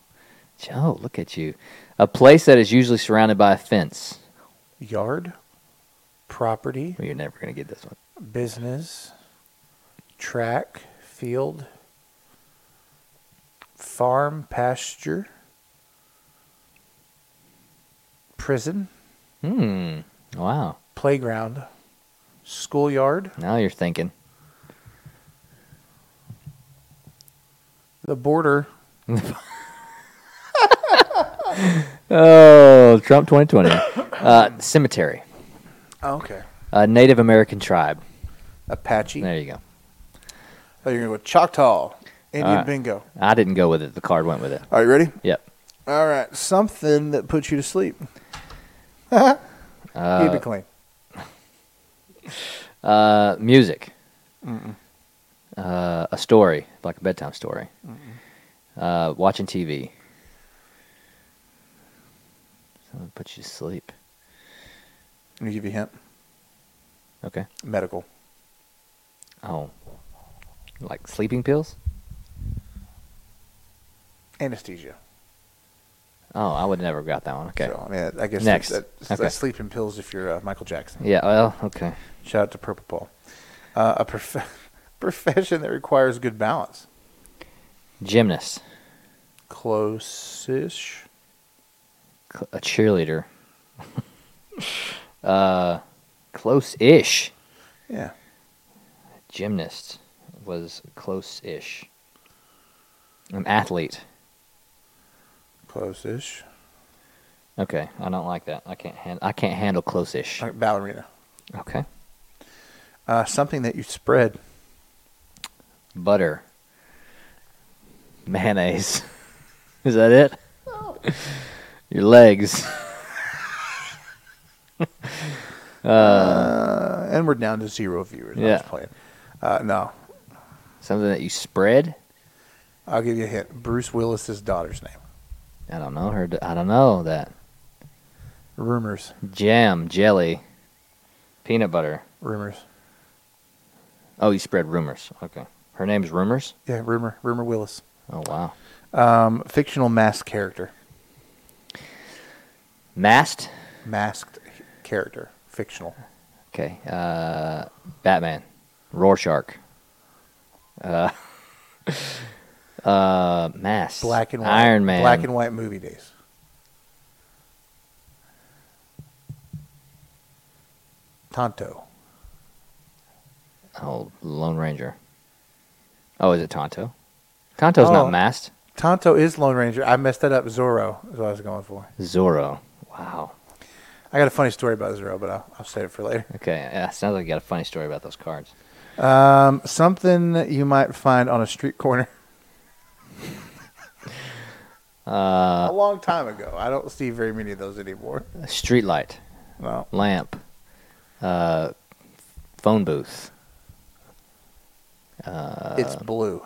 C: Joe, look at you. A place that is usually surrounded by a fence.
B: Yard. Property.
C: Well, you're never going to get this one.
B: business, track, field, farm, pasture, prison,
C: Hmm. Wow.
B: playground, schoolyard,
C: Now you're thinking.
B: the border,
C: Oh, Trump 2020. uh, cemetery.
B: Oh, okay,
C: A Native American tribe.
B: Apache.
C: There you go.
B: Oh, you're gonna go Choctaw, Indian
C: Alright.
B: bingo.
C: I didn't go with it. The card went with it.
B: Are you ready?
C: Yep.
B: All right, something that puts you to sleep. Keep it clean.
C: Uh, music. Uh, a story, like a bedtime story. Uh, watching TV. Something puts you to sleep.
B: Let me give you a hint.
C: Okay.
B: Medical.
C: Oh, like sleeping pills?
B: Anesthesia.
C: Oh, I would never got that one. Okay.
B: So, I mean, I guess
C: Next.
B: That's, that's
C: Okay.
B: sleeping pills if you're uh, Michael Jackson.
C: Yeah. Well. Okay.
B: Shout out to Purple Paul. Uh, a prof- profession that requires good balance.
C: Gymnast,
B: Close-ish.
C: Cl- a cheerleader. uh, close-ish.
B: Yeah.
C: Gymnast was close-ish. An athlete.
B: Close-ish.
C: Okay, I don't like that. I can't hand- I can't handle close-ish.
B: Like ballerina.
C: Okay.
B: Uh, something that you spread.
C: Butter. Mayonnaise. Is that it? Your legs.
B: Uh, and we're down to zero viewers. I
C: Yeah.
B: was playing. Uh, no.
C: Something that you spread?
B: I'll give you a hint. Bruce Willis's daughter's name.
C: I don't know her. I don't know that.
B: Rumors.
C: Jam, jelly, peanut butter.
B: Rumors.
C: Oh, you spread rumors. Okay. Her name's Rumors?
B: Yeah, rumor. Rumor Willis.
C: Oh, wow.
B: Um, fictional masked character.
C: Mast?
B: Masked character. Fictional.
C: Okay. Uh, Batman. Rorschach. Uh, uh, Mast.
B: Black and white.
C: Iron Man.
B: Black and white movie days. Tonto.
C: Oh, Lone Ranger. Oh, is it Tonto? Tonto's
B: Oh.
C: not Mast.
B: Tonto is Lone Ranger. I messed that up. Zorro is what I was going for.
C: Zorro. Wow.
B: I got a funny story about Zero, but I'll, I'll save it for later.
C: Okay, yeah, sounds like you got a funny story about those cards.
B: Um, something that you might find on a street corner.
C: Uh,
B: a long time ago. I don't see very many of those anymore.
C: Streetlight,
B: No.
C: lamp, uh, phone booth. Uh,
B: it's blue.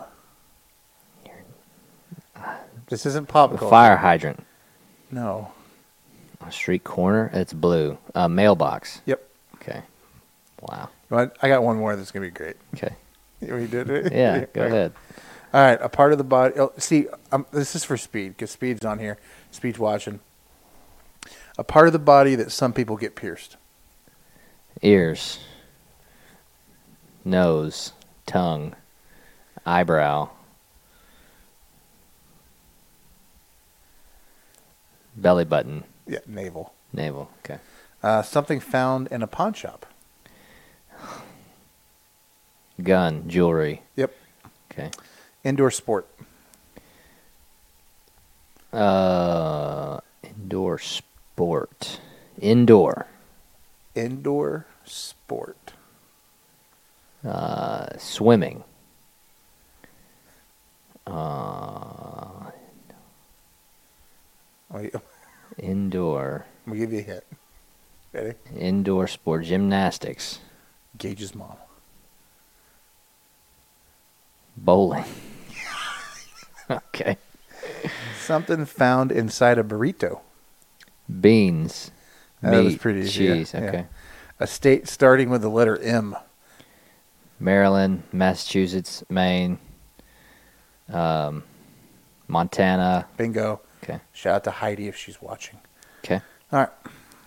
B: This isn't pop
C: A
B: culture.
C: fire hydrant,
B: No.
C: a street corner. It's blue. A mailbox.
B: Yep.
C: Okay. Wow.
B: But I got one more that's gonna be great.
C: Okay.
B: We did it.
C: Yeah. Go
B: Okay.
C: ahead.
B: All right, a part of the body. Oh, see, um, this is for speed because speed's on here. Speed's watching. A part of the body that some people get pierced.
C: Ears, nose, tongue, eyebrow, belly button,
B: Yeah, navel.
C: navel. Okay.
B: Uh, something found in a pawn shop.
C: Gun, jewelry.
B: Yep.
C: Okay.
B: Indoor sport.
C: Uh, indoor sport. Indoor.
B: Indoor sport.
C: Uh, swimming. Uh,
B: We
C: indoor.
B: will give you a hint. Ready?
C: Indoor sport. Gymnastics.
B: Gage's mom.
C: Bowling. okay.
B: Something found inside a burrito.
C: Beans.
B: That was
C: meat,
B: pretty easy, yeah,
C: Cheese.
B: yeah.
C: Okay.
B: A state starting with the letter M.
C: Maryland, Massachusetts, Maine, um, Montana.
B: Bingo.
C: Okay.
B: Shout out to Heidi if she's watching.
C: Okay.
B: All right.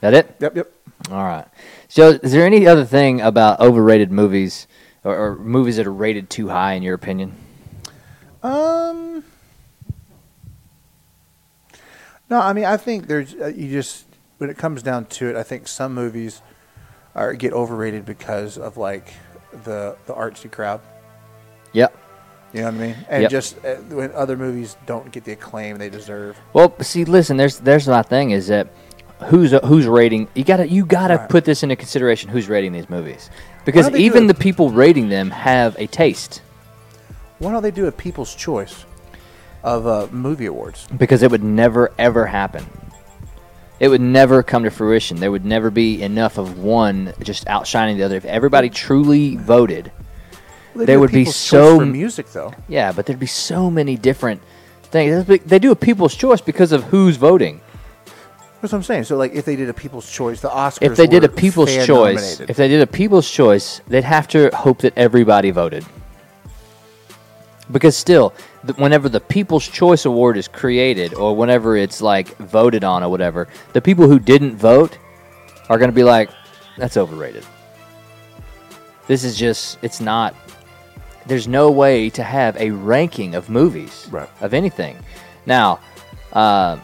C: That it?
B: Yep. Yep.
C: All right. So, is there any other thing about overrated movies or, or movies that are rated too high in your opinion?
B: Um. No, I mean I think there's uh, you just when it comes down to it, I think some movies are get overrated because of like the the artsy crowd.
C: Yep.
B: You know what I mean? And
C: Yep.
B: just uh, when other movies don't get the acclaim they deserve.
C: Well, see, listen. There's there's my thing is that who's who's rating? You gotta you gotta
B: Right.
C: put this into consideration. Who's rating these movies? Because
B: don't they do
C: even
B: it?
C: the people rating them have a taste.
B: Why don't they do a People's Choice of uh, movie awards?
C: because it would never ever happen. It would never come to fruition. There would never be enough of one just outshining the other. If everybody truly voted, They
B: do a
C: would be
B: People's Choice
C: so-
B: for music though.
C: yeah, but there'd be so many different things. There's big- They do a people's choice because of who's voting.
B: That's what I'm saying. So like if they did a People's Choice, the Oscars.
C: If they did a
B: were
C: people's
B: fan
C: choice,
B: nominated.
C: if they did a people's choice, they'd have to hope that everybody voted. Because still, th- whenever the People's Choice Award is created, or whenever it's like voted on or whatever, the people who didn't vote are going to be like, "That's overrated." This is just, it's not. There's no way to have a ranking of movies
B: Right.
C: of anything. Now, uh,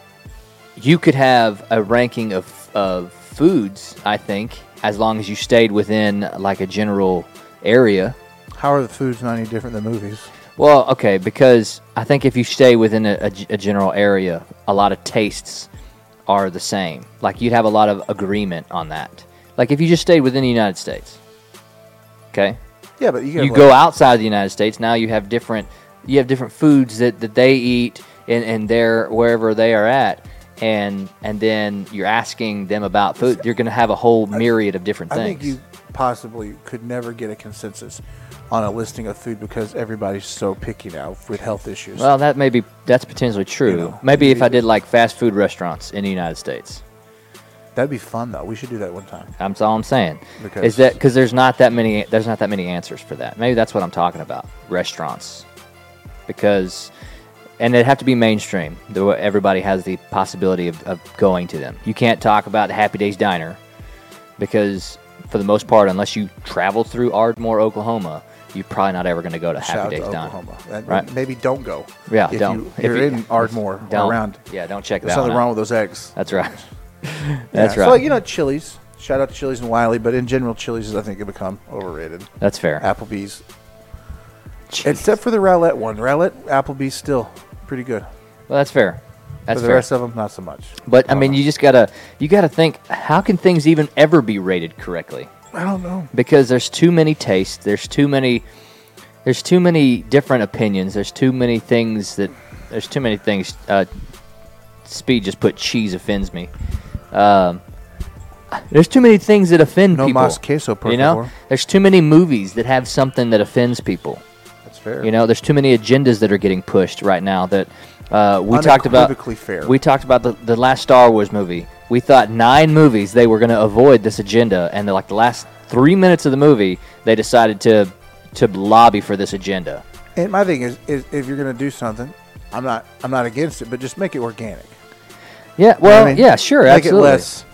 C: you could have a ranking of of foods. I think as long as you stayed within like a general area.
B: How are the foods not any different than movies?
C: Well, okay, because I think if you stay within a, a g- a general area, a lot of tastes are the same. Like you'd have a lot of agreement on that. Like if you just stayed within the United States, okay,
B: Yeah, but you,
C: you go outside the United States now, you have different you have different foods that, that they eat and and their wherever they are at. And and then you're asking them about food. You're going to have a whole myriad of different
B: I
C: things.
B: think you possibly could never get a consensus on a listing of food because everybody's so picky now with health issues.
C: Well, that may be that's potentially true.
B: know,
C: Maybe if I
B: you-
C: did like fast food restaurants in the United States.
B: That'd be fun though. We should do that one time.
C: That's all I'm saying.
B: Because-
C: is that because there's not that many there's not that many answers for that. Maybe that's what I'm talking about. Restaurants, because and it'd have to be mainstream. The way everybody has the possibility of, of going to them. You can't talk about Happy Days Diner because for the most part, unless you travel through Ardmore, Oklahoma, you're probably not ever going to go to
B: Shout out
C: Happy
B: to
C: Days Diner.
B: Oklahoma. That-
C: Right.
B: Maybe don't go.
C: Yeah,
B: if
C: don't.
B: You,
C: If
B: you're
C: you-
B: in Ardmore or
C: Don't-
B: around.
C: Yeah, don't check
B: There's
C: that one.
B: something
C: out.
B: wrong with those eggs.
C: That's right. That's
B: Yeah,
C: right.
B: So like, you know, Chili's. Shout out to Chili's and Wiley, but in general, Chili's is I think have become overrated.
C: That's fair.
B: Applebee's, except for the Rowlett one. Rowlett, Applebee's still pretty good.
C: Well, that's fair. That's
B: but the
C: fair.
B: rest of them, not so much.
C: But I
B: Uh-huh.
C: mean, you just gotta you gotta think. How can things even ever be rated correctly?
B: I don't know.
C: Because there's too many tastes. There's too many. There's too many different opinions. There's too many things that. There's too many things. Uh, Speed just put cheese offends me. Um, there's too many things that offend
B: No
C: people.
B: mas queso, por
C: you know,
B: favor.
C: there's too many movies that have something that offends people.
B: That's fair.
C: You know, there's too many agendas that are getting pushed right now that uh, we talked about.
B: Unequivocally fair.
C: We talked about the, the last Star Wars movie. We thought nine movies they were going to avoid this agenda, and then, like the last three minutes of the movie, they decided to to lobby for this agenda.
B: And my thing is, is if you're gonna do something, I'm not, I'm not against it, but just make it organic.
C: Yeah,
B: You know
C: well,
B: what I mean?
C: yeah, sure,
B: Make
C: absolutely.
B: it less.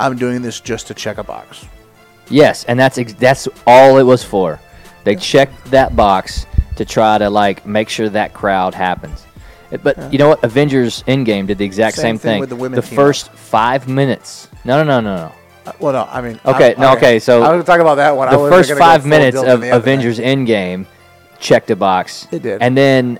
B: I'm doing this just to check a box.
C: Yes, and that's ex- that's all it was for. They checked that box to try to like make sure that crowd happens. It- But you know what? Avengers Endgame did the exact same,
B: Same thing with the women team up.
C: first five minutes. No, no, no, no, no.
B: Uh, well, no, I mean,
C: Okay,
B: I'm-
C: no, okay, so
B: I was talking about that one. I
C: the
B: wasn't
C: first
B: Oh, gonna go
C: five
B: full
C: minutes
B: Dilton
C: of
B: the other day.
C: Avengers Endgame checked a box.
B: It did.
C: And then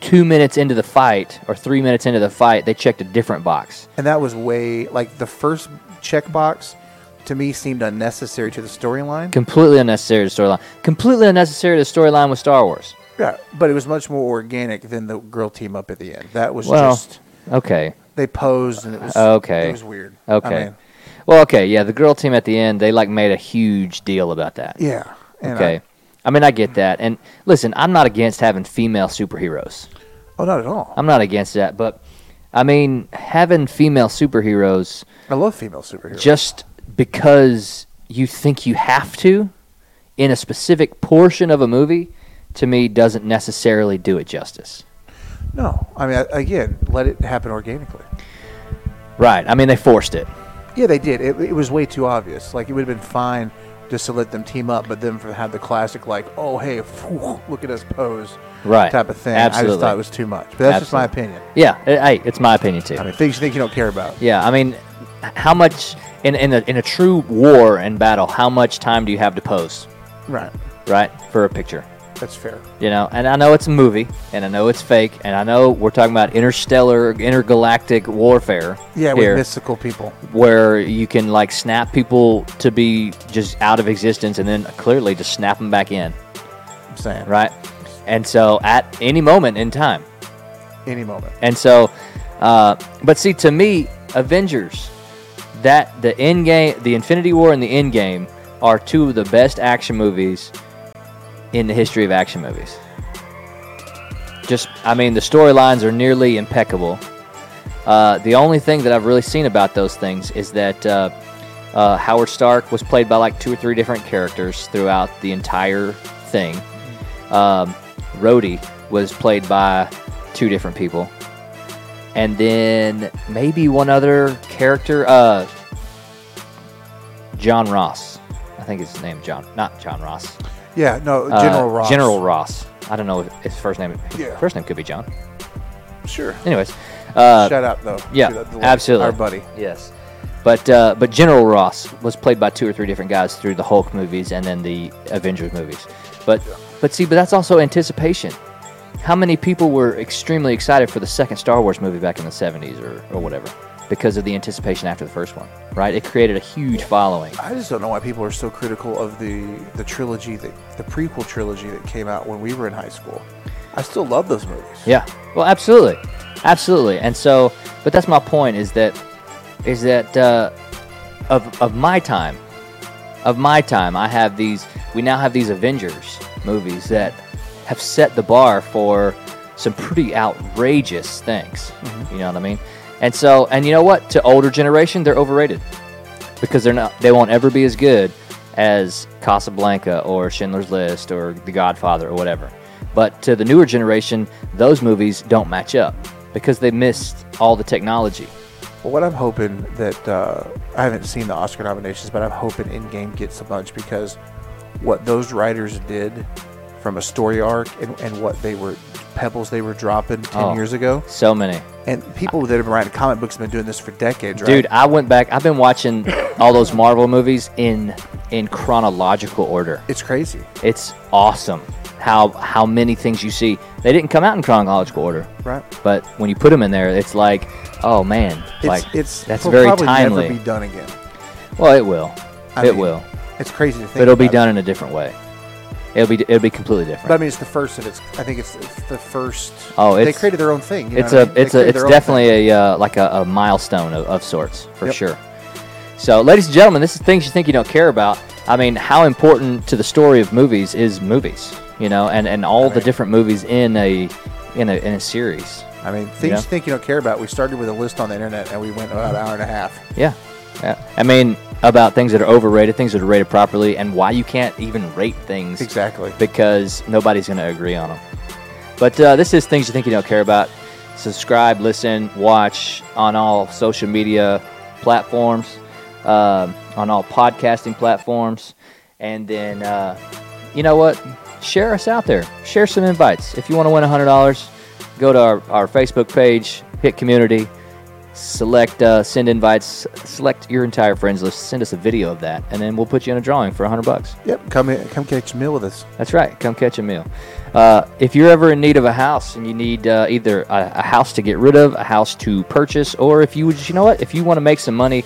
C: two minutes into the fight, or three minutes into the fight, they checked a different box.
B: and that was way like the first checkbox to me seemed unnecessary to the storyline.
C: Completely unnecessary to the storyline. Completely unnecessary to the storyline with Star Wars.
B: Yeah, but it was much more organic than the girl team up at the end. That was
C: Well,
B: just
C: okay.
B: they posed and it was
C: Okay.
B: It was weird. I
C: Okay.
B: mean,
C: well, okay, yeah, the girl team at the end, they like made a huge deal about that.
B: yeah. and
C: okay.
B: I-
C: I mean, I get that. And listen, I'm not against having female superheroes.
B: oh, not at all.
C: I'm not against that, but I mean, having female superheroes
B: I love female superheroes.
C: just because you think you have to in a specific portion of a movie to me doesn't necessarily do it justice.
B: no, I mean, I- again, let it happen organically.
C: Right. I mean, they forced it.
B: Yeah, they did. It, it was way too obvious. Like it would have been fine just to let them team up, but then for have the classic like, oh hey, phew, look at us pose,
C: Right.
B: type of thing. I
C: Absolutely.
B: just thought it was too much. But that's just my
C: Absolutely.
B: opinion.
C: Yeah. eh, Hey, it's my opinion too.
B: I mean, things you think you don't care about.
C: yeah. I mean, how much in in a, in a true war and battle? How much time do you have to pose?
B: Right.
C: Right for a picture.
B: That's fair.
C: You know, and I know it's a movie, and I know it's fake, and I know we're talking about interstellar, intergalactic warfare.
B: Yeah, with
C: here.
B: mystical people.
C: where you can like snap people to be just out of existence and then clearly just snap them back in,
B: I'm saying
C: right? And so at any moment in time.
B: any moment.
C: And so, uh, but see, to me, Avengers, that the end game, the Infinity War and the end game are two of the best action movies in the history of action movies. Just, I mean, the storylines are nearly impeccable. Uh, the only thing that I've really seen about those things is that uh, uh, Howard Stark was played by like two or three different characters throughout the entire thing. Um, Rhodey was played by two different people, and then maybe one other character. Uh, John Ross, I think his name John, not John Ross.
B: Yeah, no,
C: Uh,
B: General Ross.
C: General Ross. I don't know if his first name.
B: Yeah.
C: First name could be John.
B: Sure.
C: Anyways. Uh,
B: Shut up though.
C: yeah,
B: Shout out to, like,
C: absolutely.
B: Our buddy.
C: Yes. But uh, but General Ross was played by two or three different guys through the Hulk movies and then the Avengers movies. But but see, but that's also anticipation. How many people were extremely excited for the second Star Wars movie back in the seventies or, or whatever because of the anticipation after the first one, right? It created a huge following.
B: I just don't know why people are so critical of the the trilogy that the prequel trilogy that came out when we were in high school. I still love those movies.
C: Yeah. Well, absolutely, absolutely. And so, but that's my point is that is that uh, of of my time, of my time, I have these. We now have these Avengers movies that have set the bar for some pretty outrageous things. You know what I mean? And so, and you know what? To older generation, they're overrated because they're not. They won't ever be as good as Casablanca or Schindler's List or The Godfather or whatever. But to the newer generation, those movies don't match up because they missed all the technology.
B: Well, what I'm hoping that uh, I haven't seen the Oscar nominations, but I'm hoping Endgame gets a bunch because what those writers did from a story arc and, and what they were pebbles they were dropping ten
C: Oh.
B: years ago,
C: So many.
B: and people that have been writing comic books have been doing this for decades, right?
C: Dude, I went back. I've been watching all those Marvel movies in in chronological order.
B: it's crazy.
C: It's awesome how how many things you see. They didn't come out in chronological order,
B: Right.
C: but when you put them in there, it's like, oh man,
B: It's,
C: like
B: it's
C: that's
B: will
C: very
B: probably
C: timely.
B: Never be done again.
C: well, it will,
B: I
C: it
B: mean,
C: will,
B: It's crazy to think.
C: but it'll be
B: about it.
C: done in a different way. It'll be it'll be completely different.
B: But I mean, it's the first of its. I think it's, it's the first.
C: Oh,
B: they
C: it's-
B: created their own thing. you know
C: it's
B: what I
C: a
B: mean? They
C: it's a
B: created
C: it's
B: their own
C: definitely a uh, like a, a milestone of, of sorts for
B: Yep.
C: sure. So, ladies and gentlemen, this is things you think you don't care about. I mean, how important to the story of movies is movies, you know, and, and all the
B: mean-
C: different movies in a in a in a series.
B: thing. I mean, things
C: Yeah.
B: you think you don't care about. We started with a list on the internet, and we went about an hour and a half.
C: Yeah. yeah. I mean, about things that are overrated, things that are rated properly, and why you can't even rate things
B: Exactly.
C: because nobody's going to agree on them. But uh, this is things you think you don't care about. Subscribe, listen, watch on all social media platforms, um, on all podcasting platforms, and then uh, you know what? Share us out there. Share some invites. If you want to win hundred dollars, go to our, our Facebook page, hit community, select uh, send invites, select your entire friends list, send us a video of that, and then we'll put you in a drawing for hundred bucks.
B: Yep. Come in, come catch a meal with us.
C: That's right. Come catch a meal. Uh, if you're ever in need of a house and you need uh, either a, a house to get rid of, a house to purchase, or if you you know what, if you want to make some money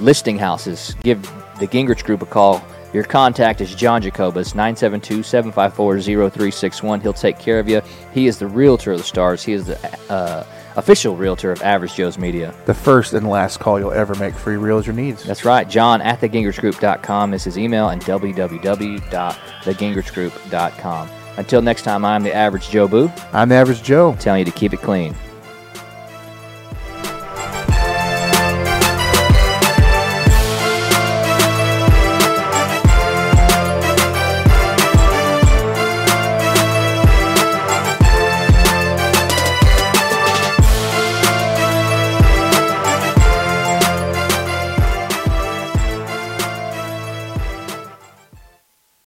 C: listing houses, give the Gingrich Group a call. Your contact is John Jacobus, 972 754 0361. He'll take care of you. He is the realtor of the stars. He is the uh, official realtor of Average Joe's Media.
B: The first and last call you'll ever make for your realtor needs.
C: That's right. John at thegingerchgroup.com is his email and www.thegingerchgroup.com. Until next time, I'm the average Joe Boo,
B: I'm the average Joe.
C: telling you to keep it clean.